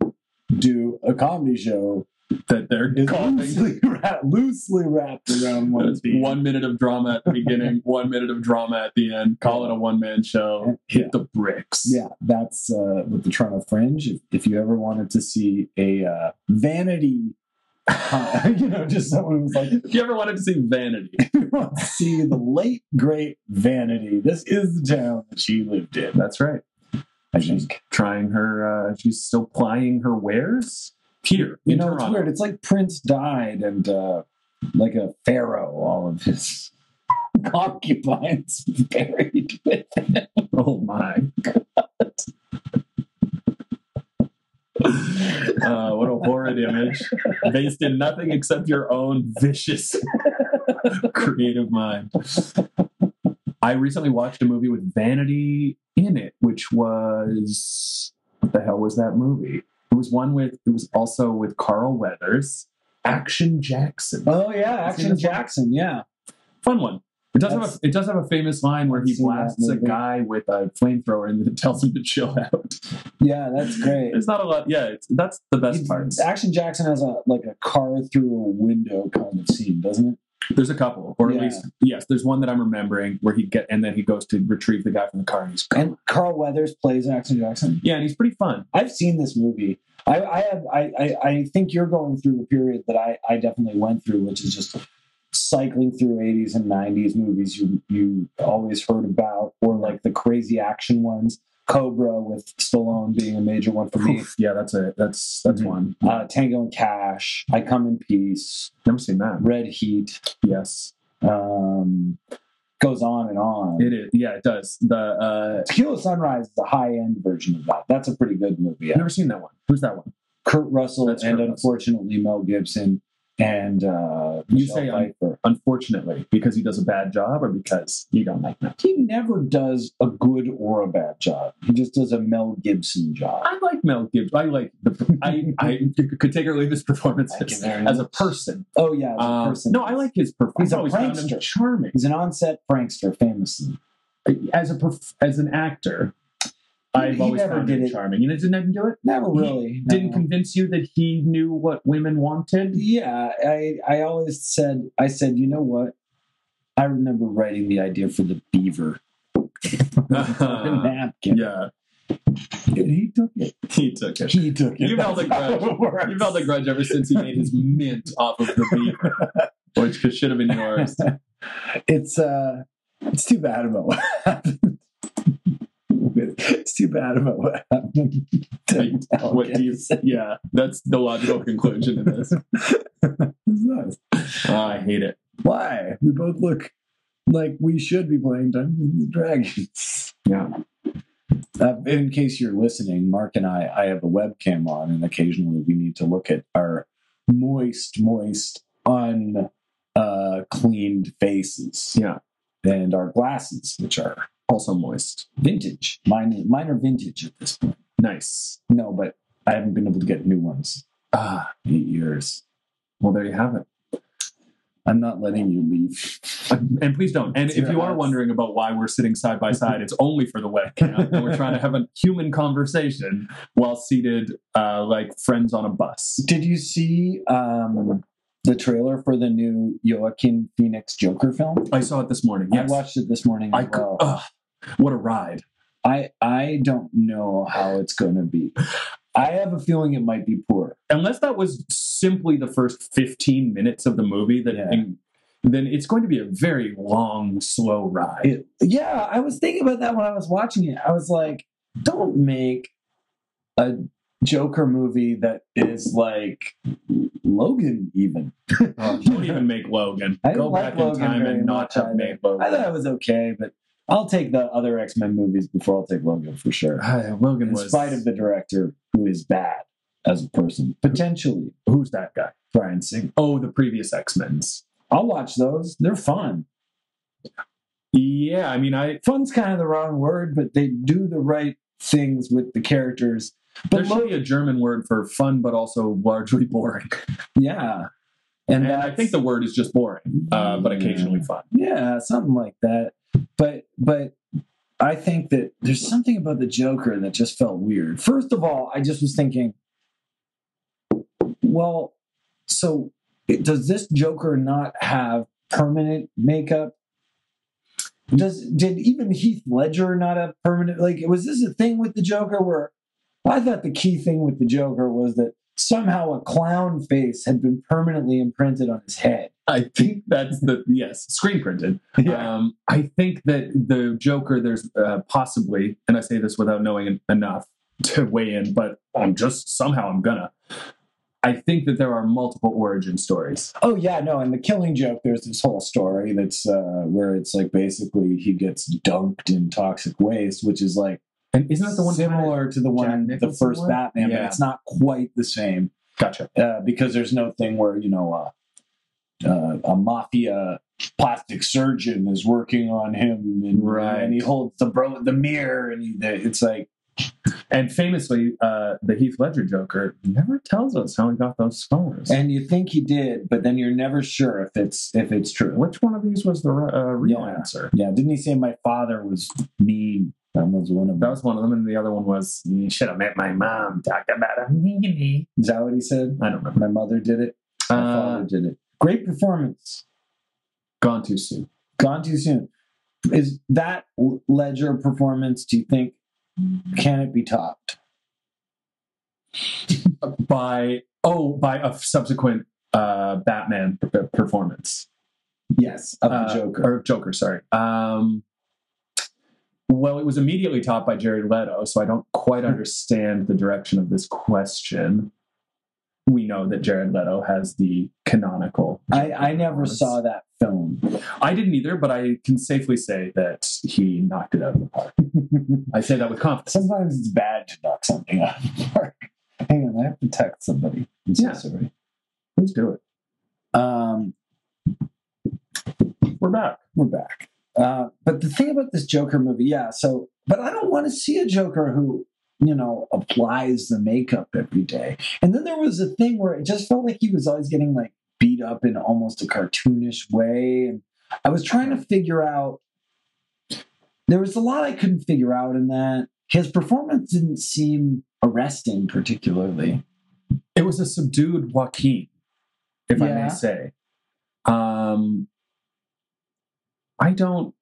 Speaker 2: do a comedy show
Speaker 3: that they're
Speaker 2: it's
Speaker 3: coughing.
Speaker 2: loosely, wra- loosely wrapped around one
Speaker 3: That's
Speaker 2: theme.
Speaker 3: One minute of drama at the [LAUGHS] beginning, one minute of drama at the end. Call it a one man show. Hit the bricks.
Speaker 2: yeah that's uh, with the toronto fringe if, if you ever wanted to see a uh, vanity [LAUGHS] you know just someone who's like
Speaker 3: If you ever wanted to see Vanity,
Speaker 2: "We want to see the late great vanity this is the town that she lived in
Speaker 3: that's right.
Speaker 2: i think
Speaker 3: Trying her, uh, she's still plying her wares here.
Speaker 2: You
Speaker 3: in
Speaker 2: know, it's
Speaker 3: Toronto.
Speaker 2: weird. It's like Prince died and uh, like a pharaoh, all of his [LAUGHS] concubines [LAUGHS] buried with him.
Speaker 3: Oh my god. Uh, what a horrid image based in nothing except your own vicious [LAUGHS] creative mind. I recently watched a movie with Vanity in it, which was what the hell was that movie? It was one with it was also with Carl Weathers, Action Jackson.
Speaker 2: Oh yeah,
Speaker 3: I've seen
Speaker 2: Action
Speaker 3: this one.
Speaker 2: Jackson. Yeah,
Speaker 3: Fun one. It does have a,
Speaker 2: That's-
Speaker 3: it does have a famous line where he
Speaker 2: I've seen that
Speaker 3: blasts a
Speaker 2: movie.
Speaker 3: guy with a flamethrower and then tells him to chill out.
Speaker 2: yeah, that's great.
Speaker 3: There's not a lot. Yeah, it's, that's the best
Speaker 2: It's-
Speaker 3: part.
Speaker 2: Action Jackson has a like a car through a window kind of scene, doesn't
Speaker 3: There's a couple, or at
Speaker 2: Yeah.
Speaker 3: least yes, there's one that I'm remembering where he get and then he goes to retrieve the guy from the car and he's
Speaker 2: it? And Carl Weathers plays Action Jackson.
Speaker 3: yeah, and he's pretty fun.
Speaker 2: I've seen this movie. I, I have. I, I, I think you're going through a period that I, I definitely went through, which is just cycling through 80s and 90s movies you you always heard about, or like the crazy action ones. Cobra with Stallone being a major one for me.
Speaker 3: Oof, yeah, that's a that's that's
Speaker 2: Mhm.
Speaker 3: one.
Speaker 2: Uh, Tango and Cash, I Come in Peace,
Speaker 3: Never seen that.
Speaker 2: Red Heat,
Speaker 3: Yes,
Speaker 2: um, goes on and on.
Speaker 3: It is. Yeah, it does. The uh,
Speaker 2: Tequila Sunrise is the high end version of that. That's a pretty good movie.
Speaker 3: I've never seen that one. Who's that one?
Speaker 2: Kurt Russell
Speaker 3: That's
Speaker 2: and
Speaker 3: Kurt Russell.
Speaker 2: unfortunately Mel Gibson and uh,
Speaker 3: You
Speaker 2: Michelle
Speaker 3: say um, un-
Speaker 2: Pfeiffer.
Speaker 3: Unfortunately, because he does a bad job, or because you don't like Mel.
Speaker 2: He never does a good or a bad job. He just does a Mel Gibson job.
Speaker 3: I like Mel Gibson. I like the. I I could take or leave his performance
Speaker 2: Thank you
Speaker 3: as,
Speaker 2: very
Speaker 3: as a
Speaker 2: much.
Speaker 3: person.
Speaker 2: Oh yeah, as a
Speaker 3: Um,
Speaker 2: person.
Speaker 3: no, I like his performance.
Speaker 2: He's a
Speaker 3: I've always found him
Speaker 2: prankster.
Speaker 3: charming
Speaker 2: He's an on-set prankster, famously.
Speaker 3: as a perf- as an actor. I've
Speaker 2: he
Speaker 3: always
Speaker 2: never
Speaker 3: found
Speaker 2: did
Speaker 3: him
Speaker 2: it.
Speaker 3: charming. You know, didn't even do it.
Speaker 2: Never
Speaker 3: He
Speaker 2: really no.
Speaker 3: Didn't convince you that he knew what women wanted. [LAUGHS]
Speaker 2: yeah i i always said i said you know what i remember writing the idea for the beaver the napkin
Speaker 3: Uh-huh. yeah,
Speaker 2: And he took it
Speaker 3: he took it.
Speaker 2: he took it
Speaker 3: You've held a
Speaker 2: That's how
Speaker 3: grudge.
Speaker 2: it works.
Speaker 3: You've held a grudge ever since he made his mint off of the beaver,
Speaker 2: [LAUGHS]
Speaker 3: which should have been yours.
Speaker 2: it's uh it's too bad about what [LAUGHS] happened it's too bad about what happened to
Speaker 3: Like,
Speaker 2: Mel
Speaker 3: [LAUGHS] What do you?
Speaker 2: Gibson.
Speaker 3: Yeah, that's the logical conclusion to this.
Speaker 2: It's nuts.
Speaker 3: Oh, I hate it.
Speaker 2: why we both look like we should be playing Dungeons and Dragons.
Speaker 3: Yeah.
Speaker 2: Uh, in case you're listening, Mark and I, I have a webcam on, and occasionally we need to look at our moist, moist, uncleaned uh, cleaned faces
Speaker 3: Yeah.
Speaker 2: and our glasses, which are
Speaker 3: Also moist.
Speaker 2: vintage. Mine, mine are vintage at this point.
Speaker 3: Nice.
Speaker 2: No, but I haven't been able to get new ones
Speaker 3: Ah,
Speaker 2: in eight years.
Speaker 3: well, there you have it.
Speaker 2: I'm not letting you leave.
Speaker 3: And please don't. And
Speaker 2: It's
Speaker 3: if
Speaker 2: your
Speaker 3: you are
Speaker 2: house.
Speaker 3: wondering about why we're sitting side by side, it's only for the
Speaker 2: [LAUGHS]
Speaker 3: webcam. and we're trying to have a human conversation while seated uh, like friends on a bus.
Speaker 2: Did you see um, the trailer for the new Joaquin Phoenix Joker film?
Speaker 3: I saw it this morning. Yes.
Speaker 2: I watched it this morning.
Speaker 3: I
Speaker 2: as
Speaker 3: cou-
Speaker 2: well.
Speaker 3: ugh, what a ride.
Speaker 2: I I don't know how it's going to be. I have a feeling it might be poor.
Speaker 3: unless that was simply the first 15 minutes of the movie that
Speaker 2: Yeah.
Speaker 3: and then it's going to be a very long slow ride
Speaker 2: It- yeah, I was thinking about that when I was watching it. I was like, don't make a Joker movie that is like Logan. Even [LAUGHS]
Speaker 3: Oh, don't even make logan
Speaker 2: I
Speaker 3: go
Speaker 2: don't like
Speaker 3: back
Speaker 2: Logan
Speaker 3: in time
Speaker 2: very
Speaker 3: and not
Speaker 2: much
Speaker 3: have
Speaker 2: either.
Speaker 3: made logan
Speaker 2: I thought it was okay, but I'll take the other X Men movies before I'll take Logan for sure.
Speaker 3: Ah, logan
Speaker 2: In
Speaker 3: was
Speaker 2: spite of the director, who is bad as a person, potentially
Speaker 3: who's that guy
Speaker 2: Brian Singer.
Speaker 3: oh the previous x-men's
Speaker 2: I'll watch those. They're fun.
Speaker 3: yeah i mean i
Speaker 2: fun's kind of the wrong word, but they do the right things with the characters.
Speaker 3: there
Speaker 2: But
Speaker 3: should be a german word for fun but also largely boring
Speaker 2: yeah, and,
Speaker 3: and i
Speaker 2: that's-
Speaker 3: think the word is just boring uh, but
Speaker 2: Yeah.
Speaker 3: occasionally fun
Speaker 2: yeah, something like that. But but I think that there's something about the Joker that just felt weird. First of all, I just was thinking, well, so it- does this Joker not have permanent makeup? Does did even Heath Ledger not have permanent? Like, was this a thing with the Joker where I thought the key thing with the Joker was that somehow a clown face had been permanently imprinted on his head.
Speaker 3: i think that's the yes screen printed Um, I think that the Joker, there's uh, possibly, and I say this without knowing en- enough to weigh in, but I'm just somehow I'm gonna. I think that there are multiple origin stories.
Speaker 2: Oh yeah, no, and the killing joke, there's this whole story that's uh where it's like basically he gets dunked in toxic waste, which is like
Speaker 3: And isn't that the one?
Speaker 2: similar to the
Speaker 3: Jack
Speaker 2: one the
Speaker 3: Nicholson
Speaker 2: first
Speaker 3: one?
Speaker 2: Batman, but
Speaker 3: Yeah.
Speaker 2: it's not quite the same.
Speaker 3: Gotcha.
Speaker 2: Uh, because there's no thing where, you know, uh, uh, a mafia plastic surgeon is working on him and,
Speaker 3: Right.
Speaker 2: and he holds the bro the mirror and he, the, it's like
Speaker 3: And famously, uh, the Heath Ledger Joker never tells us how he got those scars.
Speaker 2: and you think he did but then you're never sure if it's if it's true
Speaker 3: Which one of these was the re- uh, real
Speaker 2: Yeah.
Speaker 3: answer?
Speaker 2: yeah didn't he say my father was mean that was one of
Speaker 3: That
Speaker 2: them.
Speaker 3: was one of them, and the other one was you should have met my mom. Talk about a meanie.
Speaker 2: Is that what he said?
Speaker 3: I don't remember.
Speaker 2: My mother did it. My father
Speaker 3: Uh,
Speaker 2: did it. Great performance.
Speaker 3: gone too soon.
Speaker 2: Gone too soon. Is that Ledger performance? Do you think can it be topped?
Speaker 3: by oh by a subsequent uh batman p- p- performance
Speaker 2: Yes, of
Speaker 3: Uh,
Speaker 2: the Joker.
Speaker 3: or joker sorry um well it was immediately taught
Speaker 2: Hmm.
Speaker 3: by jared leto so i don't quite understand the direction of this question we know that Jared Leto has the canonical.
Speaker 2: I, I never saw that film.
Speaker 3: I didn't either, but I can safely say that he knocked it out of
Speaker 2: [LAUGHS]
Speaker 3: the park. I say that with confidence.
Speaker 2: Sometimes it's bad to knock something [LAUGHS] out of the park. Hang on, I have to text somebody. I'm so
Speaker 3: Yeah.
Speaker 2: sorry.
Speaker 3: Let's do it.
Speaker 2: Um,
Speaker 3: We're back.
Speaker 2: we're back. Uh, but the thing about this Joker movie, yeah. So, but I don't want to see a Joker who, you know, applies the makeup every day. And then there was a thing where it just felt like he was always getting like beat up in almost a cartoonish way. And I was trying to figure out. There was a lot I couldn't figure out in that. His performance didn't seem arresting, particularly.
Speaker 3: It was a subdued Joaquin, if I
Speaker 2: Yeah.
Speaker 3: may say. Um, I don't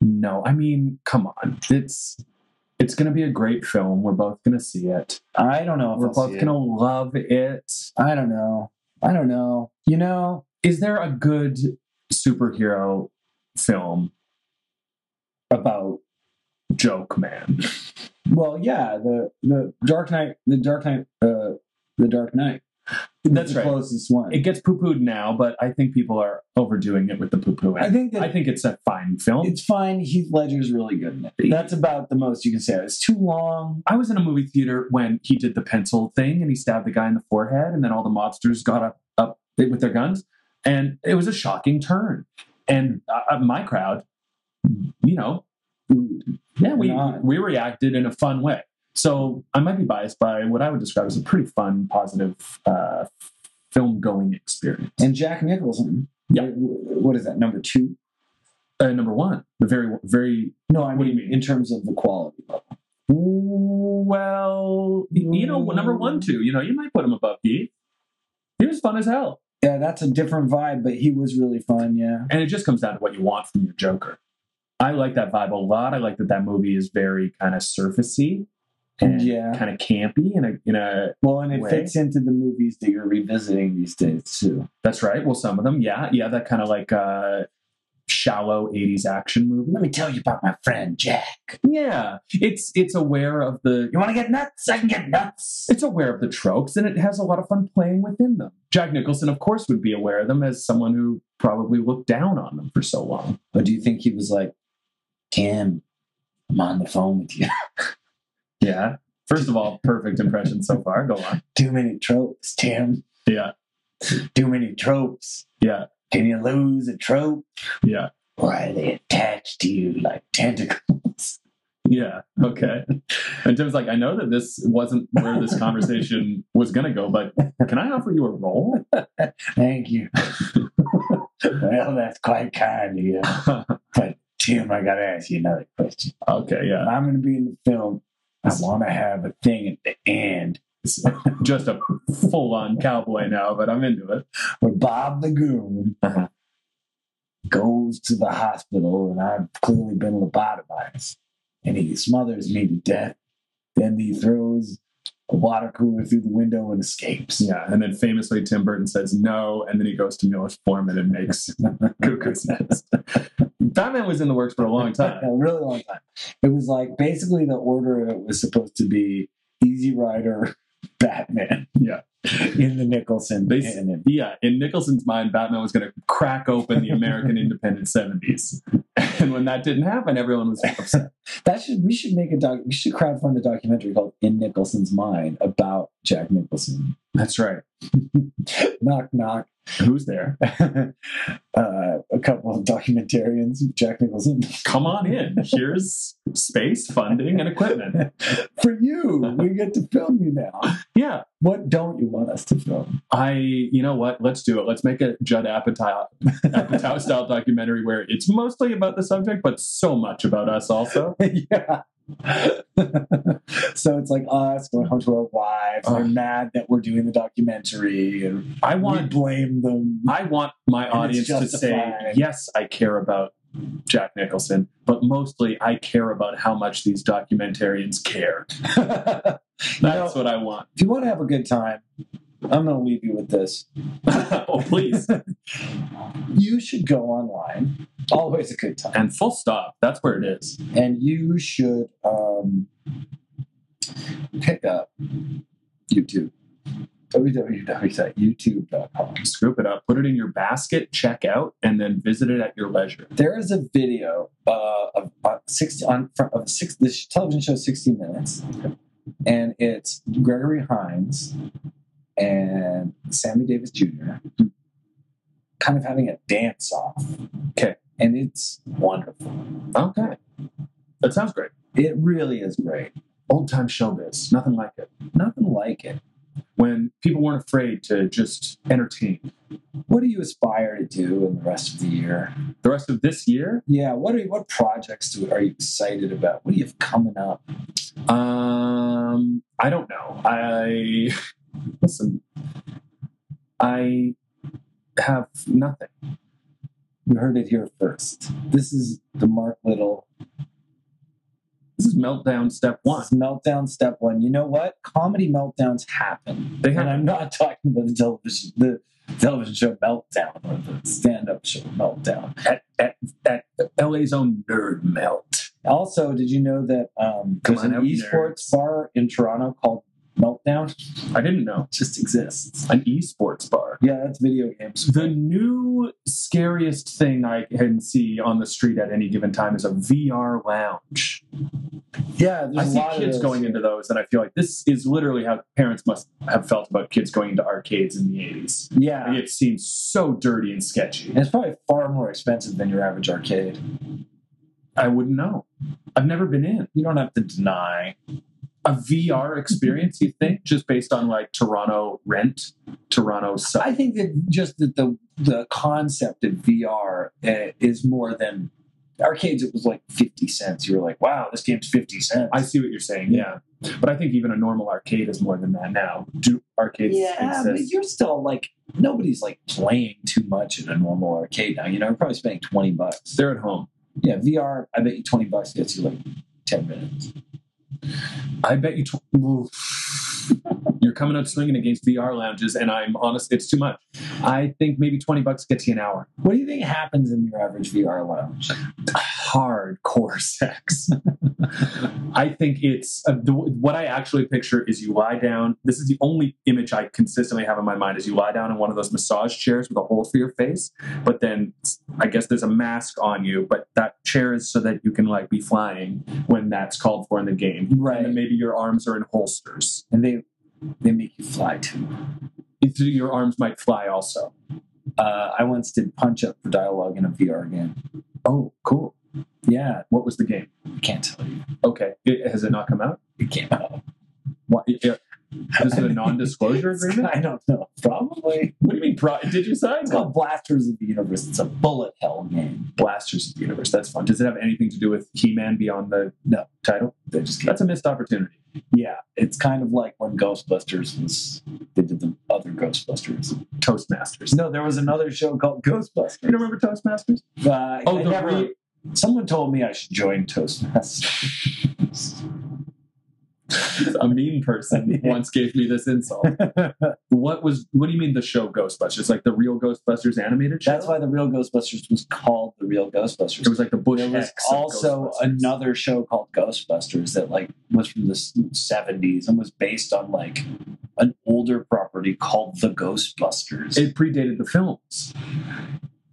Speaker 3: know. I mean, come on. It's it's going to be a great film. We're both going to see it.
Speaker 2: I don't know if
Speaker 3: We're
Speaker 2: I'll
Speaker 3: both
Speaker 2: see it.
Speaker 3: going to love it.
Speaker 2: I don't know. I don't know. You know,
Speaker 3: Is there a good superhero film
Speaker 2: about
Speaker 3: joke man?
Speaker 2: Well, yeah, the the Dark Knight, the Dark Knight, uh, the Dark Knight.
Speaker 3: That's
Speaker 2: the
Speaker 3: right.
Speaker 2: closest one.
Speaker 3: It gets poo-pooed now, but I think people are overdoing it with the poo-poo.
Speaker 2: I
Speaker 3: I,
Speaker 2: think that
Speaker 3: think it's a fine film.
Speaker 2: it's fine. Heath Ledger's really good in it. That's about the most you can say. It's too long.
Speaker 3: I was in a movie theater when he did the pencil thing and he stabbed the guy in the forehead, and then all the mobsters got up, up with their guns, and it was a shocking turn. And uh, uh, my crowd, you know, yeah, we
Speaker 2: Not.
Speaker 3: we reacted in a fun way. So I might be biased by what I would describe as a pretty fun, positive uh, film going experience.
Speaker 2: And Jack Nicholson.
Speaker 3: Yeah.
Speaker 2: wh- wh- What is that number two?
Speaker 3: Uh, number one, the very very
Speaker 2: No, I
Speaker 3: What do
Speaker 2: mean,
Speaker 3: you mean?
Speaker 2: in terms of the quality level.
Speaker 3: well, you know, number one, two. You know, you might put him above Heath. He was fun as hell.
Speaker 2: Yeah, that's a different vibe, but he was really fun. Yeah.
Speaker 3: and it just comes down to what you want from your Joker. I like that vibe a lot. I like that that movie is very kind of surfacey and
Speaker 2: Yeah.
Speaker 3: kind of campy. In a, in a
Speaker 2: Well, and it
Speaker 3: Way.
Speaker 2: fits into the movies that you're revisiting these days too.
Speaker 3: that's right. Well, some of them, yeah, yeah, that kind of like uh, shallow '80s action movie.
Speaker 2: Let me tell you about my friend Jack.
Speaker 3: Yeah, it's it's aware of the
Speaker 2: You want to get nuts? I can get nuts.
Speaker 3: it's aware of the tropes, and it has a lot of fun playing within them. Jack Nicholson, of course, would be aware of them as someone who probably looked down on them for so long.
Speaker 2: Or do you think he was like, Cam, I'm on the phone with you? [LAUGHS]
Speaker 3: Yeah. First of all, perfect impression so far. Go on.
Speaker 2: Too many tropes, Tim.
Speaker 3: Yeah.
Speaker 2: Too many tropes.
Speaker 3: Yeah.
Speaker 2: Can you lose a trope?
Speaker 3: Yeah.
Speaker 2: Or are they attached to you like tentacles?
Speaker 3: Yeah. Okay. And Tim's like, I know that this wasn't where this [LAUGHS] conversation was going to go, but can I offer you a role? [LAUGHS]
Speaker 2: Thank you. well, that's quite kind of you. Tim, I got to ask you another question.
Speaker 3: okay. Yeah.
Speaker 2: I'm going to be in the film. I want to have a thing at the end
Speaker 3: It's just a full on cowboy now, but I'm into it.
Speaker 2: where Bob the Goon
Speaker 3: Uh-huh.
Speaker 2: goes to the hospital, and I've clearly been lobotomized, and he smothers me to death. Then he throws a water cooler through the window and escapes.
Speaker 3: Yeah. And then famously, Tim Burton says no. And then he goes to Milos Forman and [LAUGHS] makes Cuckoo's Nest. Batman was in the works for a long time.
Speaker 2: a really long time. It was like basically the order of it was supposed to be Easy Rider, [LAUGHS] Batman.
Speaker 3: Yeah.
Speaker 2: in the Nicholson.
Speaker 3: They-
Speaker 2: and then-
Speaker 3: Yeah. In Nicholson's mind, Batman was going to crack open the [LAUGHS] American independent 70s. And when that didn't happen, everyone was upset.
Speaker 2: That should we should make a doc. We should crowdfund a documentary called "In Nicholson's Mind" about Jack Nicholson.
Speaker 3: That's right.
Speaker 2: Knock knock. [LAUGHS]
Speaker 3: Who's there?
Speaker 2: uh, a couple of documentarians, Jack Nicholson. [LAUGHS]
Speaker 3: come on in. Here's space, funding, and equipment.
Speaker 2: For you, we get to film you now.
Speaker 3: Yeah,
Speaker 2: What don't you want us to film?
Speaker 3: I. You know what? Let's do it. Let's make a Judd Apatow, Apatow style documentary where it's mostly about the subject, but so much about us also.
Speaker 2: [LAUGHS] yeah. so it's like us going home to our wives. They're
Speaker 3: Ugh.
Speaker 2: mad that we're doing the documentary, and
Speaker 3: I
Speaker 2: we
Speaker 3: want.
Speaker 2: blame them. [LAUGHS]
Speaker 3: I want my
Speaker 2: And
Speaker 3: audience
Speaker 2: it's
Speaker 3: to say
Speaker 2: justified.
Speaker 3: yes, I care about Jack Nicholson, but mostly I care about how much these documentarians care.
Speaker 2: if
Speaker 3: That's what I want. [LAUGHS]
Speaker 2: you want to have a good time, I'm going to leave you with this.
Speaker 3: oh, please.
Speaker 2: You should go online. Always a good time.
Speaker 3: And full stop. That's where it is.
Speaker 2: and you should um, pick up YouTube. www.youtube.com.
Speaker 3: Scoop it up, put it in your basket, check out, and then visit it at your leisure.
Speaker 2: There is a video uh, of uh, six on front of six. This television show, sixty minutes, and it's Gregory Hines and Sammy Davis Jr. kind of having a dance off.
Speaker 3: Okay.
Speaker 2: and it's wonderful.
Speaker 3: Okay. That sounds great.
Speaker 2: It really is great.
Speaker 3: Old time showbiz, nothing like it.
Speaker 2: Nothing like it.
Speaker 3: When people weren't afraid to just entertain.
Speaker 2: What do you aspire to do in the rest of the year?
Speaker 3: The rest of this year,
Speaker 2: Yeah, what are what projects do, are you excited about? What do you have coming up?
Speaker 3: Um, I don't know. I [LAUGHS] listen. I have nothing.
Speaker 2: You heard it here first. This is the Mark Little
Speaker 3: This is meltdown step one.
Speaker 2: This is meltdown step one. You know what? Comedy meltdowns happen,
Speaker 3: They
Speaker 2: and
Speaker 3: have
Speaker 2: I'm not [LAUGHS] talking about the television the television show meltdown or the stand up show meltdown.
Speaker 3: at, at, at LA's own nerd melt.
Speaker 2: Also, did you know that um,
Speaker 3: Come
Speaker 2: there's
Speaker 3: on
Speaker 2: an
Speaker 3: out,
Speaker 2: esports bar in Toronto called Meltdown?
Speaker 3: I didn't know
Speaker 2: It just exists.
Speaker 3: an esports bar.
Speaker 2: Yeah, that's video games.
Speaker 3: The new scariest thing I can see on the street at any given time is a VR lounge.
Speaker 2: Yeah,
Speaker 3: I
Speaker 2: there's a
Speaker 3: see
Speaker 2: lot
Speaker 3: kids
Speaker 2: of those.
Speaker 3: going into those, and I feel like this is literally how parents must have felt about kids going into arcades in the 80s.
Speaker 2: Yeah,
Speaker 3: And It seems so dirty and sketchy.
Speaker 2: And it's probably far more expensive than your average arcade.
Speaker 3: I wouldn't know. I've never been in
Speaker 2: You don't have to deny.
Speaker 3: a VR experience. You think just based on like Toronto rent, Toronto
Speaker 2: I
Speaker 3: site.
Speaker 2: think that just that the the concept of VR uh, is more than arcades. It was like fifty cents. You were like, wow, this game's fifty cents.
Speaker 3: I see what you're saying. Yeah, but I think even a normal arcade is more than that now. Do arcades
Speaker 2: yeah, but
Speaker 3: exist?
Speaker 2: you're still like nobody's like playing too much in a normal arcade now. You know, you're probably spending twenty bucks.
Speaker 3: They're at home.
Speaker 2: Yeah, VR. I bet you twenty bucks gets you like ten minutes.
Speaker 3: I bet you. Tw- Oof. You're coming up swinging against VR lounges, and I'm honest, it's too much. I think maybe 20 bucks gets you an hour.
Speaker 2: What do you think happens in your average VR lounge?
Speaker 3: hardcore [LAUGHS] sex. I think it's uh, the, what I actually picture is you lie down. This is the only image I consistently have in my mind is you lie down in one of those massage chairs with a hole through your face, but then I guess there's a mask on you, but that chair is so that you can like be flying when that's called for in the game.
Speaker 2: Right.
Speaker 3: And then maybe your arms are in holsters.
Speaker 2: And they they make you fly too.
Speaker 3: It's- Your arms might fly also.
Speaker 2: Uh, I once did punch up for dialogue in a VR game.
Speaker 3: Oh, cool.
Speaker 2: Yeah,
Speaker 3: What was the game?
Speaker 2: I can't tell you.
Speaker 3: Okay. It, has it not come out?
Speaker 2: It came out.
Speaker 3: What, it, it- is it a [LAUGHS] non-disclosure agreement?
Speaker 2: I don't know. Probably.
Speaker 3: What do you mean? Pro- did you sign?
Speaker 2: It's called Blasters of the Universe. It's a bullet hell game.
Speaker 3: Blasters of the Universe. That's fun. Does it have anything to do with He Man beyond the
Speaker 2: No.
Speaker 3: title?
Speaker 2: They just
Speaker 3: That's a missed opportunity.
Speaker 2: yeah. It's kind of like when Ghostbusters was they did the other Ghostbusters.
Speaker 3: Toastmasters.
Speaker 2: No, there was another show called Ghostbusters.
Speaker 3: You don't remember Toastmasters?
Speaker 2: Uh,
Speaker 3: Oh,
Speaker 2: I
Speaker 3: the
Speaker 2: never-
Speaker 3: re-
Speaker 2: someone told me I should join Toastmasters.
Speaker 3: [LAUGHS] a mean [LAUGHS] person
Speaker 2: Yeah.
Speaker 3: once gave me this [LAUGHS] insult. what was? What do you mean the show Ghostbusters? Like the real Ghostbusters animated show?
Speaker 2: That's why the real Ghostbusters was called the real Ghostbusters.
Speaker 3: it was like the Bush.
Speaker 2: there was
Speaker 3: X of
Speaker 2: also
Speaker 3: Ghostbusters.
Speaker 2: another show called Ghostbusters that like was from the seventies and was based on like an older property called the Ghostbusters.
Speaker 3: It predated the films.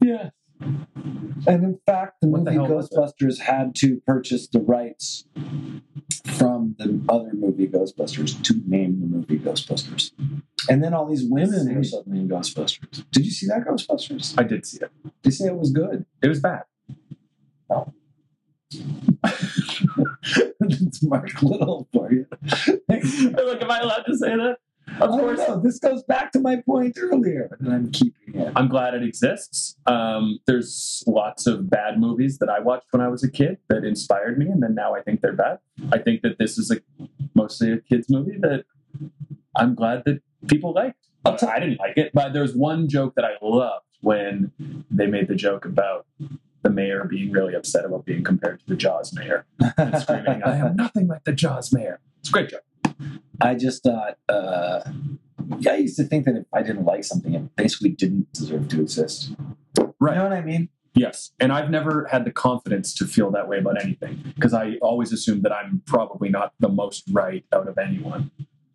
Speaker 2: yeah. And in fact, the
Speaker 3: What the
Speaker 2: movie
Speaker 3: hell was
Speaker 2: Ghostbusters had to purchase the rights from the other movie Ghostbusters to name the movie Ghostbusters. And then all these women were
Speaker 3: Sick.
Speaker 2: suddenly in Ghostbusters. Did you see that Ghostbusters?
Speaker 3: I did see it.
Speaker 2: They say it was good. [LAUGHS]
Speaker 3: It was [LAUGHS] bad.
Speaker 2: it's Mark Little for you.
Speaker 3: like, am I allowed to say that? Of
Speaker 2: I don't
Speaker 3: course.
Speaker 2: know. This goes back to my point earlier, and I'm keeping it.
Speaker 3: I'm glad it exists. Um, there's lots of bad movies that I watched when I was a kid that inspired me, and then now I think they're bad. I think that this is a mostly a kids movie that I'm glad that people liked.
Speaker 2: I'll tell-
Speaker 3: I didn't like it, but there's one joke that I loved when they made the joke about the mayor being really upset about being compared to the Jaws mayor and screaming, "I am nothing like the Jaws mayor." It's a great joke.
Speaker 2: [LAUGHS] I just thought, uh, yeah, I used to think that if I didn't like something, it basically didn't deserve to exist.
Speaker 3: Right.
Speaker 2: You know what I mean?
Speaker 3: Yes. And I've never had the confidence to feel that way about anything because I always assume that I'm probably not the most right out of anyone.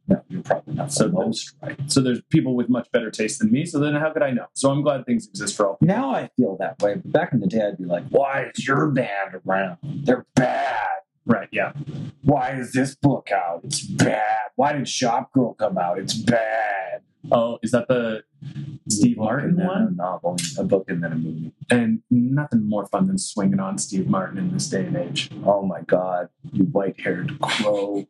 Speaker 2: No, you're probably not
Speaker 3: So-
Speaker 2: the most right.
Speaker 3: So there's people with much better taste than me. So then how could I know? So I'm glad things exist for all.
Speaker 2: Now I feel that way. But back in the day, I'd be like, why is your band around? They're bad.
Speaker 3: Right. Yeah.
Speaker 2: Why is this book out? It's bad. Why did Shop Girl come out? It's bad.
Speaker 3: Oh, is that the Steve
Speaker 2: A book
Speaker 3: Martin
Speaker 2: and then
Speaker 3: one?
Speaker 2: A novel, a book, and then a movie.
Speaker 3: And nothing more fun than swinging on Steve Martin in this day and age.
Speaker 2: Oh my God, you white haired crow.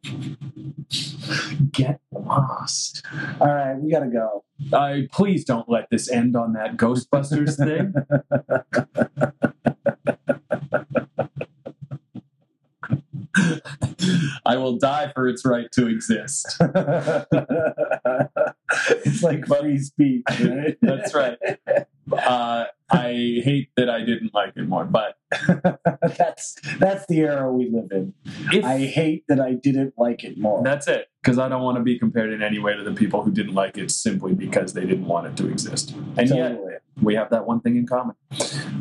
Speaker 3: Get lost.
Speaker 2: All right, we got to go. [LAUGHS]
Speaker 3: I please don't let this end on that
Speaker 2: [LAUGHS]
Speaker 3: Ghostbusters thing. I will die for its right to exist.
Speaker 2: it's like free speech, right?
Speaker 3: That's right. Uh, I hate that I didn't like it more, but
Speaker 2: [LAUGHS] that's that's the era we live in.
Speaker 3: if
Speaker 2: I hate that I didn't like it more.
Speaker 3: That's it. Because I don't want to be compared in any way to the people who didn't like it simply because they didn't want it to exist. And yet,
Speaker 2: Totally.
Speaker 3: we have that one thing in common.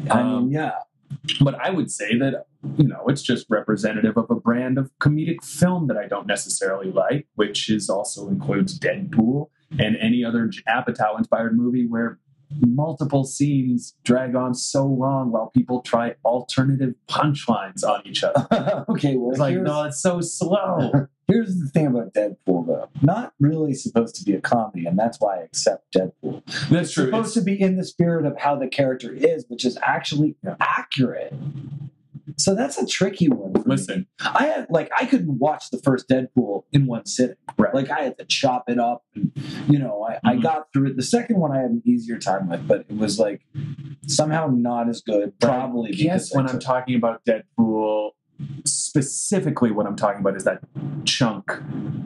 Speaker 2: I
Speaker 3: Um,
Speaker 2: mean, yeah. [LAUGHS]
Speaker 3: But I would say that, you know, it's just representative of a brand of comedic film that I don't necessarily like, which is also includes Deadpool and any other J- Apatow inspired movie where multiple scenes drag on so long while people try alternative punchlines on each other.
Speaker 2: okay, well,
Speaker 3: It's like,
Speaker 2: here's,
Speaker 3: no, it's so slow.
Speaker 2: here's the thing about Deadpool, though. Not really supposed to be a comedy, and that's why I accept Deadpool.
Speaker 3: [LAUGHS] That's true.
Speaker 2: supposed
Speaker 3: It's-
Speaker 2: to be in the spirit of how the character is, which is actually
Speaker 3: Yeah.
Speaker 2: accurate. So that's a tricky one. for me.
Speaker 3: Listen,
Speaker 2: I had like I couldn't watch the first Deadpool in one sitting.
Speaker 3: Right.
Speaker 2: Like I had to chop it up, and you know I, I
Speaker 3: Mhm.
Speaker 2: got through it. The second one I had an easier time with, but it was like somehow not as good.
Speaker 3: But I
Speaker 2: Probably
Speaker 3: Yes,
Speaker 2: because
Speaker 3: when
Speaker 2: I
Speaker 3: I'm
Speaker 2: took-
Speaker 3: talking about Deadpool, specifically what I'm talking about is that chunk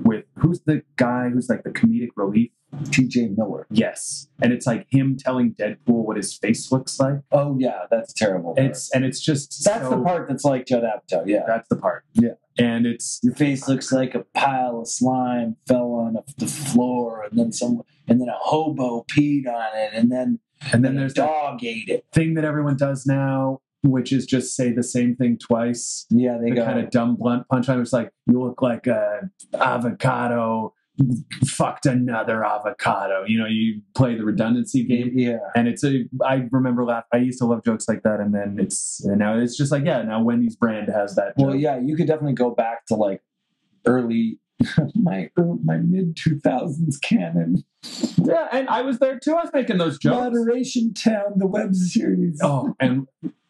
Speaker 3: with who's the guy who's like the comedic relief?
Speaker 2: T.J. Miller.
Speaker 3: Yes. And it's like him telling Deadpool what his face looks like.
Speaker 2: Oh yeah, that's terrible.
Speaker 3: And it's and it's just
Speaker 2: that's
Speaker 3: so-
Speaker 2: the part that's like Judd Apatow. Yeah,
Speaker 3: That's the part.
Speaker 2: Yeah.
Speaker 3: And it's
Speaker 2: your face looks like a pile of slime fell on the floor, and then some, and then a hobo peed on it, and then
Speaker 3: and then
Speaker 2: a
Speaker 3: there's that
Speaker 2: dog ate it.
Speaker 3: thing that everyone does now, which is just say the same thing twice.
Speaker 2: Yeah, they
Speaker 3: the
Speaker 2: got
Speaker 3: kind of dumb blunt punchline was like, "You look like a avocado fucked another avocado." You know, you play the redundancy game,
Speaker 2: Yeah.
Speaker 3: and it's a. I remember laugh. I used to love jokes like that, and then it's and now it's just like, yeah, now Wendy's brand has that.
Speaker 2: Well,
Speaker 3: joke.
Speaker 2: yeah, you could definitely go back to like early [LAUGHS] my ear- my mid two thousands canon.
Speaker 3: yeah, and I was there too. I was making those jokes.
Speaker 2: Moderation Town, the web series.
Speaker 3: Oh, and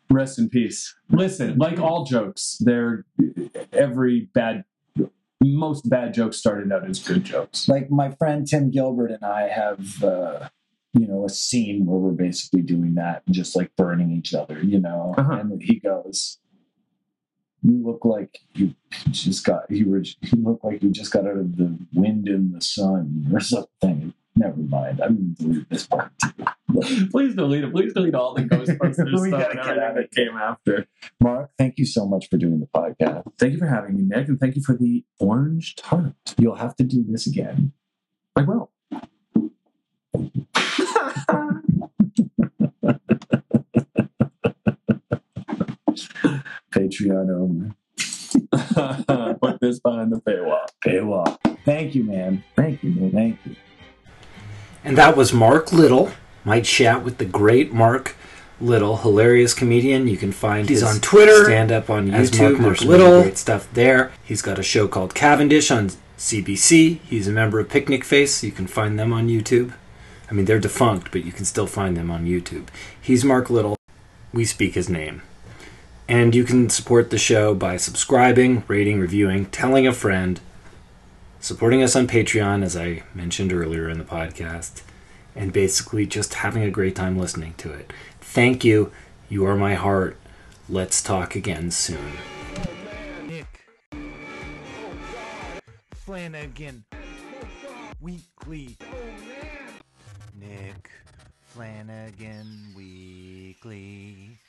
Speaker 3: rest in peace. Listen, like all jokes, they're every bad. Most bad jokes started out as good jokes.
Speaker 2: Like my friend Tim Gilbert and I have, uh, you know, a scene where we're basically doing that and just like burning each other, you know.
Speaker 3: Uh-huh.
Speaker 2: And he goes, "You look like you just got you were you look like you just got out of the wind in the sun or something." Never mind. I'm gonna delete this part.
Speaker 3: Please delete it. Please delete all the
Speaker 2: [LAUGHS]
Speaker 3: Ghostbusters
Speaker 2: We
Speaker 3: stuff
Speaker 2: gotta
Speaker 3: and
Speaker 2: get out
Speaker 3: everything
Speaker 2: of
Speaker 3: that came after.
Speaker 2: Mark, thank you so much for doing the podcast.
Speaker 3: Thank you for having me, Nick, and thank you for the orange tart.
Speaker 2: You'll have to do this again. [LAUGHS]
Speaker 3: I will.
Speaker 2: Patreon only.
Speaker 3: [LAUGHS] Put this behind the paywall.
Speaker 2: Paywall. Thank you, man. Thank you, man. Thank you.
Speaker 1: And that was Mark Little, my chat with the great Mark Little, hilarious comedian. You can find
Speaker 4: He's
Speaker 1: his
Speaker 4: on Twitter
Speaker 1: stand up on
Speaker 4: as
Speaker 1: YouTube.
Speaker 4: Mark
Speaker 1: Mark
Speaker 4: Marshall.
Speaker 1: Little, great stuff there. He's got a show called Cavendish on CBC. He's a member of Picnic Face. You can find them on YouTube. I mean, they're defunct, but you can still find them on YouTube. He's Mark Little. We speak his name. And you can support the show by subscribing, rating, reviewing, telling a friend, supporting us on Patreon, as I mentioned earlier in the podcast, and basically just having a great time listening to it. Thank you. You are my heart. Let's talk again soon.
Speaker 4: Nick Flanagan Weekly. Nick Flanagan Weekly.